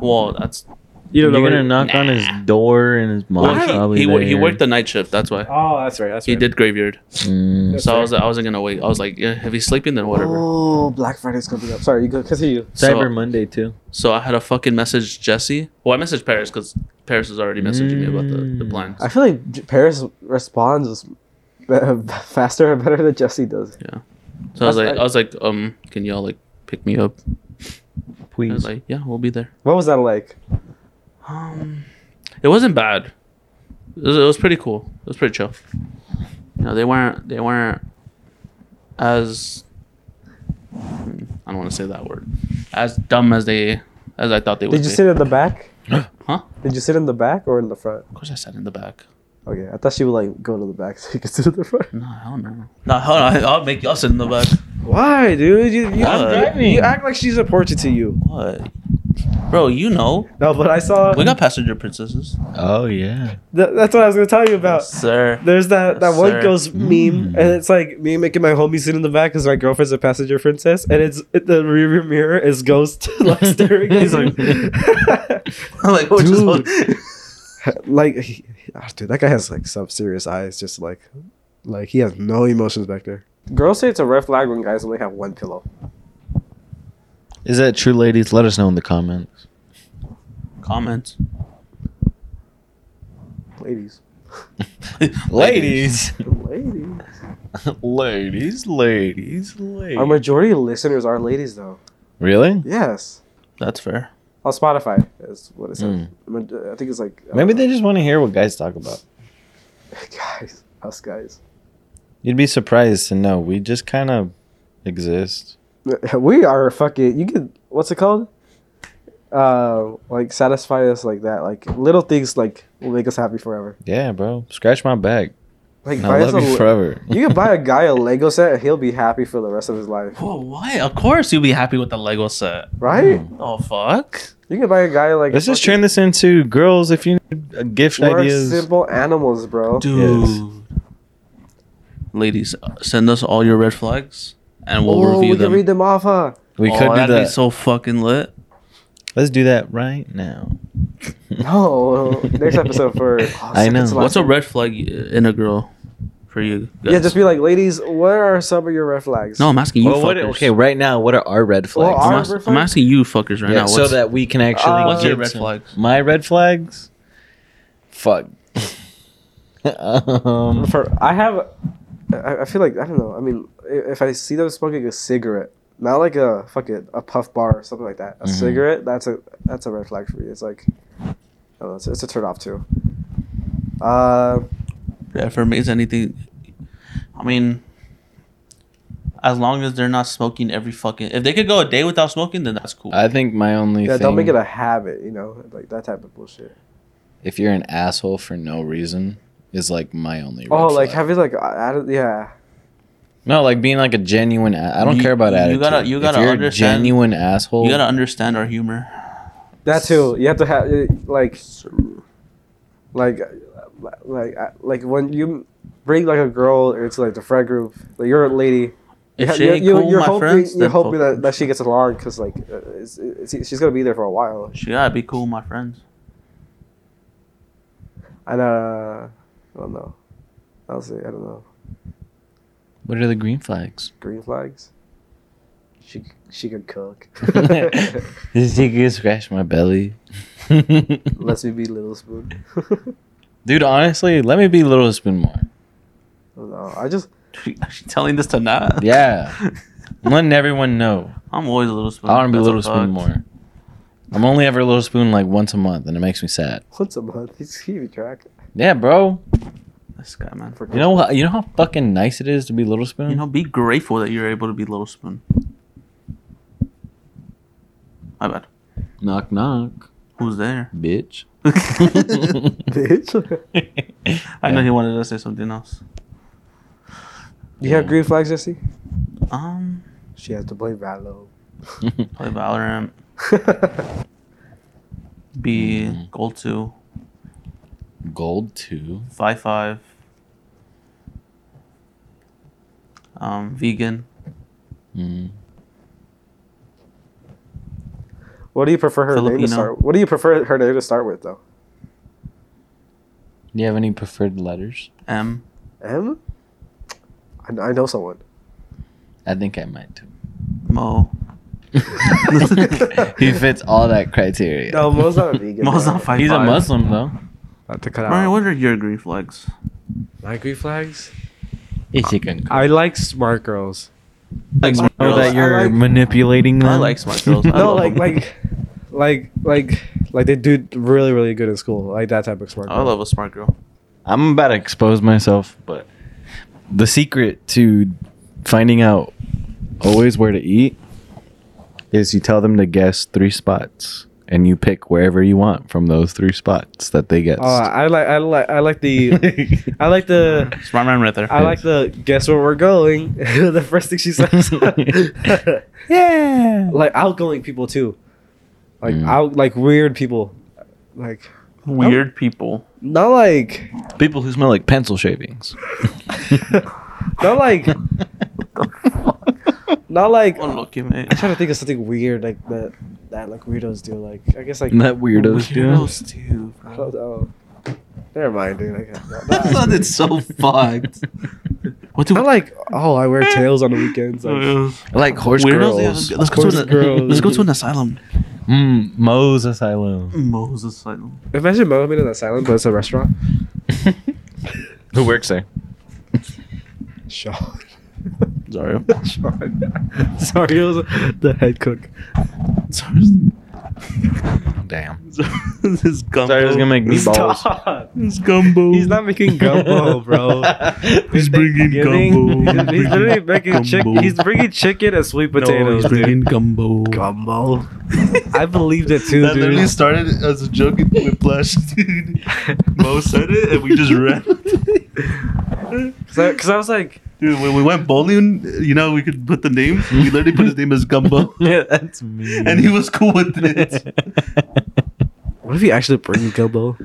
S1: Well, that's
S3: You
S6: You're
S3: don't know.
S6: gonna
S3: where-
S6: knock on his door and his mom's
S1: well,
S6: probably
S1: he, he, wor- he
S6: there.
S1: worked the night shift. That's why
S3: Oh, that's right. That's
S1: he
S3: right.
S1: did graveyard.
S6: Mm.
S3: That's
S1: so I
S3: right.
S1: was I wasn't gonna wait. I was like, yeah, if he's sleeping, then whatever.
S5: Oh, Black Friday's coming up. Sorry, you go. Continue.
S1: So-
S6: Cyber Monday too.
S1: So I had a fucking message Jesse. Well, I messaged Paris because Paris was already messaging me about the, the
S6: Mm.
S1: plans.
S5: I feel like J- Paris responds is be- faster and better than Jesse does.
S1: So I was like,
S5: That's-
S1: I was like, um, can y'all like pick me up? I was
S6: Please.
S1: like, yeah, we'll be there.
S5: What was that like?
S1: Um, it wasn't bad. It was, it was pretty cool. It was pretty chill. You know, they weren't they weren't as hmm, I don't want to say that word as dumb as they as I thought they would.
S5: Did you
S1: be.
S5: sit in the back?
S1: Huh?
S5: Did you sit in the back or in the front?
S1: Of course, I sat in the back.
S5: Okay, I thought she would like go to the back so you could sit in the front.
S1: No, hell no. No, hold on. I'll make y'all sit in the back.
S3: Why, dude? You, you,
S1: I'm
S3: you-
S1: driving.
S3: you act like she's important to you.
S1: What? Bro, you know
S3: No, but I saw.
S1: we got passenger princesses.
S6: Oh yeah.
S3: Th- that's what I was gonna tell you about.
S1: Yes, sir.
S3: There's that that one
S1: Sir. Mm.
S3: girl's meme, and it's like me making my homie sit in the back because my girlfriend's a passenger princess, and it's it, the rear view mirror is ghost like staring. He's like,
S1: like which is
S3: Dude. like, he- ah, dude, that guy has like some serious eyes. Just like, like he has no emotions back there.
S5: Girls say it's a red flag when guys only have one pillow.
S6: Is that true, ladies? Let us know in the comments.
S1: comments.
S5: Ladies.
S6: Ladies.
S5: Ladies.
S6: ladies, ladies, ladies.
S5: Our majority of listeners are ladies though.
S6: really?
S5: Yes.
S1: That's fair.
S5: On Spotify is what it says.
S6: Mm.
S5: I mean, I think it's like
S2: Hmm.
S5: uh,
S2: Maybe they just want to hear what guys talk about.
S5: guys, us guys.
S2: You'd be surprised to know we just kind of exist.
S5: We are fucking. You could. What's it called? Uh, like satisfy us like that. Like little things like will make us happy forever.
S2: Yeah, bro. Scratch my back.
S5: Like
S2: I
S5: buy us
S2: love
S5: a
S2: you
S5: le-
S2: forever.
S5: you can buy a guy a Lego set. and He'll be happy for the rest of his life,
S1: Well, why? Of course, you'll be happy with the Lego set.
S5: right?
S1: Oh fuck.
S5: You can buy a guy like.
S2: Let's just
S5: fucking-
S2: turn this into girls. If you need uh, gift
S5: We're
S2: ideas,
S5: simple animals, bro.
S1: Dude. Ladies, uh, send us all your red flags and we'll
S5: oh,
S1: review
S5: we
S1: them.
S5: can read them off, huh?
S2: we
S1: Oh,
S2: could do
S1: that'd
S2: that.
S1: be so fucking lit.
S2: Let's do that right now.
S5: No, next episode for. oh,
S2: I
S5: second
S2: know.
S5: to last
S1: What's a
S5: week.
S1: red flag in a girl for you?
S5: Yeah, just be like, ladies, what are some of your red flags?
S1: No, I'm asking you
S2: Well, what,
S1: fuckers.
S2: okay, right now, what are our red
S5: Well,
S2: flags?
S1: I'm,
S5: our
S1: ask-
S5: red
S1: I'm
S5: flag-
S1: asking you fuckers right
S2: Yeah,
S1: now.
S2: so
S1: What's,
S2: that we can actually.
S5: Uh,
S1: what's
S2: get
S1: your
S2: to-
S1: red flags?
S2: My red flags. Fuck. um,
S5: For I have, I, I feel like I don't know. I mean, i- if I see them smoking a cigarette, not like a fucking a puff bar or something like that, a
S1: Mm-hmm.
S2: Mhm.
S5: cigarette, that's a that's a red flag for me. It's like, I don't know, it's, it's a turn off too. Uh,
S1: Yeah, for me, it's anything. I mean, as long as they're not smoking every fucking. If they could go a day without smoking, then that's cool.
S2: I think my only
S5: yeah,
S2: thing.
S5: don't make it a habit, you know, like that type of bullshit.
S2: if you're an asshole for no reason is like my only. Red
S5: Oh, like
S2: flag.
S5: having
S7: uh,
S5: like I I don't, yeah,
S2: no, like being like a genuine. A- I don't
S1: You-
S2: care about
S1: you
S2: attitude.
S1: gotta- you
S2: If
S1: gotta
S2: you're a
S1: understand-
S2: genuine asshole.
S1: you gotta understand our humor.
S5: that too. You have to have like
S1: Sir.
S7: uh, like uh, like like when you bring like a girl into like the friend group like you're a lady
S1: If
S7: Yeah,
S1: she ain't cool with my
S7: hoping,
S1: friends,
S7: you're
S1: then fuck
S7: hoping
S1: her.
S7: that, that she gets along because like uh, it's, it's, she's gonna be there for a while
S1: She gotta be cool with my friends.
S7: and uh i don't know i'll say i don't know
S2: What are the green flags?
S7: green flags she she could cook
S2: This thing can scratch my belly.
S7: lets me be little spoon
S2: Dude, honestly, let me be Little Spoon more.
S7: no i just
S1: Are she telling this to Nat?
S2: Yeah. I'm letting everyone know.
S1: I'm always a little spoon.
S2: I want to be
S1: That's
S2: Little
S1: a
S2: Spoon
S1: fact.
S2: more. I'm only ever Little Spoon like once a month, and it makes me sad.
S7: once a month he's keeping track
S2: Yeah, bro.
S1: This guy, man.
S7: for
S2: You know what? You know how fucking nice it is to be Little Spoon.
S1: You know, be grateful that you're able to be little spoon. My bad.
S2: knock knock,
S1: Who's there?
S2: bitch.
S7: bitch
S1: I know he wanted to say something else.
S7: you have green flags jesse
S1: Um,
S7: she has to play valo
S1: play Valorant. Be
S2: Mhm.
S1: gold two,
S2: Gold two.
S1: five five. Um, vegan.
S2: Mm.
S7: What do you prefer her name
S1: Filipino.
S7: to start? What do you prefer her name to start with though?
S2: Do you have any preferred letters?
S1: M.
S7: M. I, I know someone.
S2: I think I might too.
S1: Mo.
S2: he fits all that criteria.
S7: No, Mo's not a vegan.
S1: Mo's
S7: bro.
S1: not five
S2: He's a
S1: five.
S2: Muslim though.
S3: Not to cut
S1: Brian, what are your green flags?
S3: My green flags.
S2: If you can.
S3: I like smart girls.
S1: Like smart
S7: Oh,
S1: girls.
S7: that you're I like-
S2: manipulating
S1: I like smart girls. I
S3: No,
S1: love
S3: like
S1: them.
S3: like like like like they do really really good in school. Like that type of smart.
S1: I
S3: Girl.
S1: love a smart girl.
S2: I'm about to expose myself, but the secret to finding out always where to eat is you tell them to guess three spots and you pick wherever you want from those three spots that they guessed.
S3: Oh, I like I like I like the I like the
S1: Smart man right there.
S3: Uh, I like the guess where we're going. the first thing she says.
S2: yeah.
S3: like outgoing people too, like
S2: Mm.
S3: out like weird people, like
S1: weird people.
S3: not like
S2: People who smell like pencil shavings.
S3: not like not like.
S1: Oh, look, mate.
S3: I'm trying to think of something weird like that that like weirdos do. Like I guess like
S2: that weirdos,
S1: Weirdos too.
S3: I don't know. Never mind, dude. I guess not.
S1: That sounded so fucked. What do
S3: I like. Oh, I wear tails on the weekends. Like,
S1: Oh,
S2: Like horse
S1: Weirdos, yeah, let's,
S2: girls.
S1: go- let's go
S3: Horse
S1: to an,
S3: girls.
S1: let's go to an asylum.
S2: Mm, Moe's Asylum.
S1: Moses Asylum.
S3: imagine Mo being in that silent, but it's a restaurant.
S2: Who works there?
S3: Sean.
S1: Sorry.
S3: Sean. Sorry, it was the head cook.
S1: Sorry.
S2: Damn.
S1: this gumbo.
S2: Sorry, I was gonna make meatballs.
S3: Stop.
S1: This gumbo.
S3: He's not making gumbo, bro.
S1: He's bringing
S3: Thanksgiving,
S1: gumbo.
S3: He's, he's literally making chicken.
S1: Gumbo.
S3: He's bringing chicken and sweet
S1: No,
S3: potatoes.
S1: he's bringing gumbo.
S3: gumbo. I believed it too,
S1: that literally
S3: dude.
S1: started as a joke in Whiplash, dude. Mo said it, and we just ran.
S3: Because I was like,
S1: Dude, when we went bowling, you know, we could put the name. We literally put his name as Gumbo,
S2: yeah, that's me.
S1: and he was cool with it.
S3: what if he actually brings gumbo?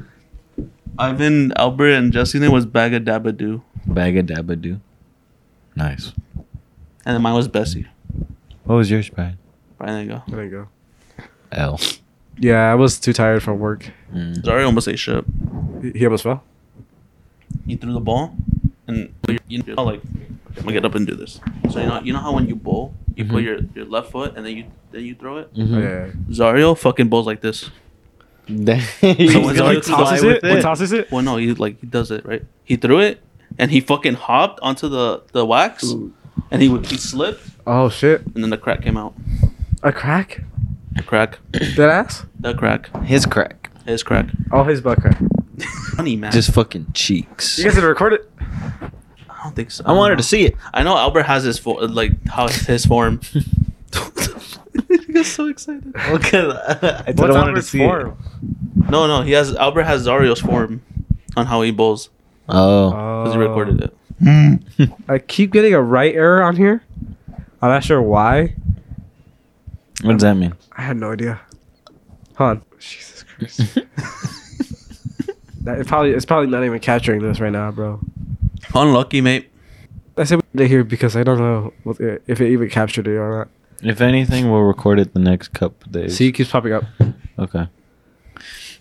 S1: Ivan, Albert, and Jesse's name was Bagadabadoo,
S2: Bagadabadoo. Nice.
S1: and then mine was Bessie.
S2: What was yours, Brian?
S1: Right there you go.
S3: There you go.
S2: L.
S3: Yeah, I was too tired from work. Mm.
S1: Zari almost ate shit.
S3: He he almost fell.
S1: You threw the ball, and you know, like, I'm gonna get up and do this. So you know, you know how when you bowl, you put
S2: Mhm.
S1: your, your left foot, and then you then you throw it.
S3: Oh,
S2: Mm-hmm.
S3: Yeah.
S1: Zario fucking bowls like this.
S2: He's
S1: Zario
S2: like,
S1: tosses
S2: with it.
S3: tosses it.
S1: Well, no, he like he does it right. He threw it, and he fucking hopped onto the the wax, and he would he slipped,
S3: Oh shit!
S1: and then the crack came out.
S3: A crack?
S1: The crack,
S3: That ass?
S1: the crack,
S2: His crack.
S1: his crack.
S3: Oh, his butt crack.
S1: Funny man.
S2: Just fucking cheeks.
S3: You guys didn't record it.
S1: I don't think so.
S2: I wanted to see it.
S1: I know Albert has his fo- like how it's his form. he got so excited.
S2: I
S3: What's Albert's form?
S1: No, no, he has Albert has Zario's form on how he bowls
S2: Oh.
S1: because he recorded it.
S3: I keep getting a right error on here. I'm not sure why.
S2: What does that mean?
S3: I had no idea. Hold on. Jesus Christ. That, it probably it's probably not even capturing this right now, bro.
S1: Unlucky, mate.
S3: I said we did it here because I don't know what it, if it even captured it or not.
S2: If anything, we'll record it the next couple days.
S3: See, it keeps popping up.
S2: Okay.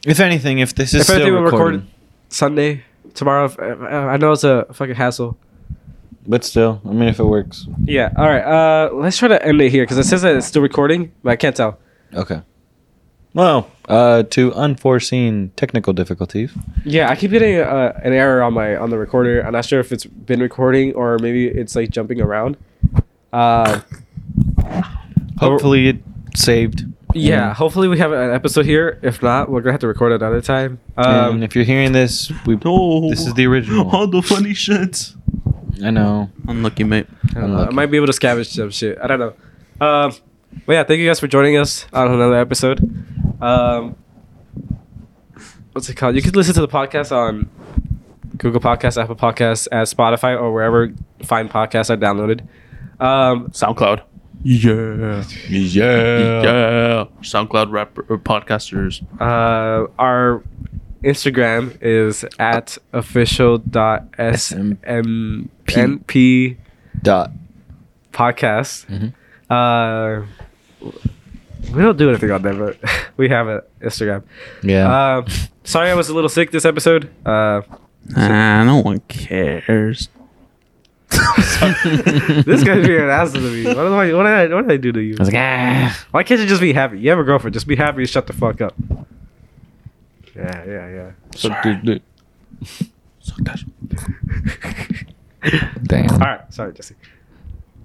S2: If anything, if this is
S3: if anything,
S2: still
S3: we'll
S2: recording,
S3: record Sunday tomorrow. If, uh, I know it's a fucking hassle.
S2: but still, I mean, if it works,
S3: Yeah. All right. Uh, let's try to end it here because it says that it's still recording, but I can't tell.
S2: okay. Well, uh, to unforeseen technical difficulties.
S3: Yeah, I keep getting uh, an error on my on the recorder. I'm not sure if it's been recording or maybe it's like jumping around. Uh,
S2: Hopefully, it saved.
S3: yeah.
S2: And-
S3: Hopefully, we have an episode here. If not, we're gonna have to record it another time.
S2: and
S3: Um,
S2: if you're hearing this, we
S1: Oh,
S2: this is the original.
S1: All the funny shits.
S2: I know.
S1: Unlucky, mate.
S3: I don't know. I
S2: Unlucky.
S3: might be able to scavenge some shit. I don't know. Um, but yeah, thank you guys for joining us on another episode. Um, what's it called? You can listen to the podcast on Google Podcasts, Apple Podcasts, at Spotify, or wherever fine podcasts are downloaded. Um,
S1: SoundCloud.
S8: Yeah.
S1: Yeah. Yeah. SoundCloud rapper or podcasters.
S3: uh, our Instagram is at official.smpnp
S2: Dot.
S3: podcast.
S2: Mhm.
S3: Uh, we don't do anything on there, but we have an Instagram.
S2: Yeah.
S3: Uh, sorry, I was a little sick this episode. Uh,
S1: Ah, no one cares.
S3: this guy's being an ass to me. What, am I, what, did I, what did I do to you?
S2: "Ah."
S3: Why can't you just be happy? You have a girlfriend. Just be happy and shut the fuck up. Yeah, yeah,
S1: Sorry. Suck that.
S3: yeah.
S2: Damn.
S3: All right, sorry, Jesse.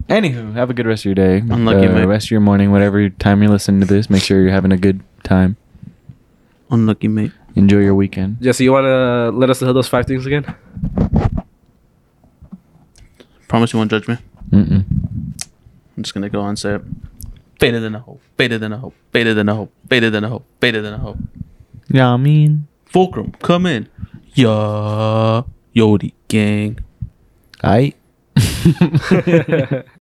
S2: Anywho, have a good rest of your day.
S1: Unlucky,
S2: uh,
S1: mate.
S2: Rest of your morning, whatever time you listen to this. Make sure you're having a good time.
S1: Unlucky, mate.
S2: Enjoy your weekend.
S3: Jesse, you want to let us know those five things again?
S1: Promise you won't judge me.
S2: Mm-mm.
S1: I'm just gonna go on and say it. Better than a hope. Better than a hope. Better than a hope. Better than a hope. Better than a hope.
S2: Yeah, I mean,
S1: Fulcrum, come in. Yeah. Yodi gang.
S2: I.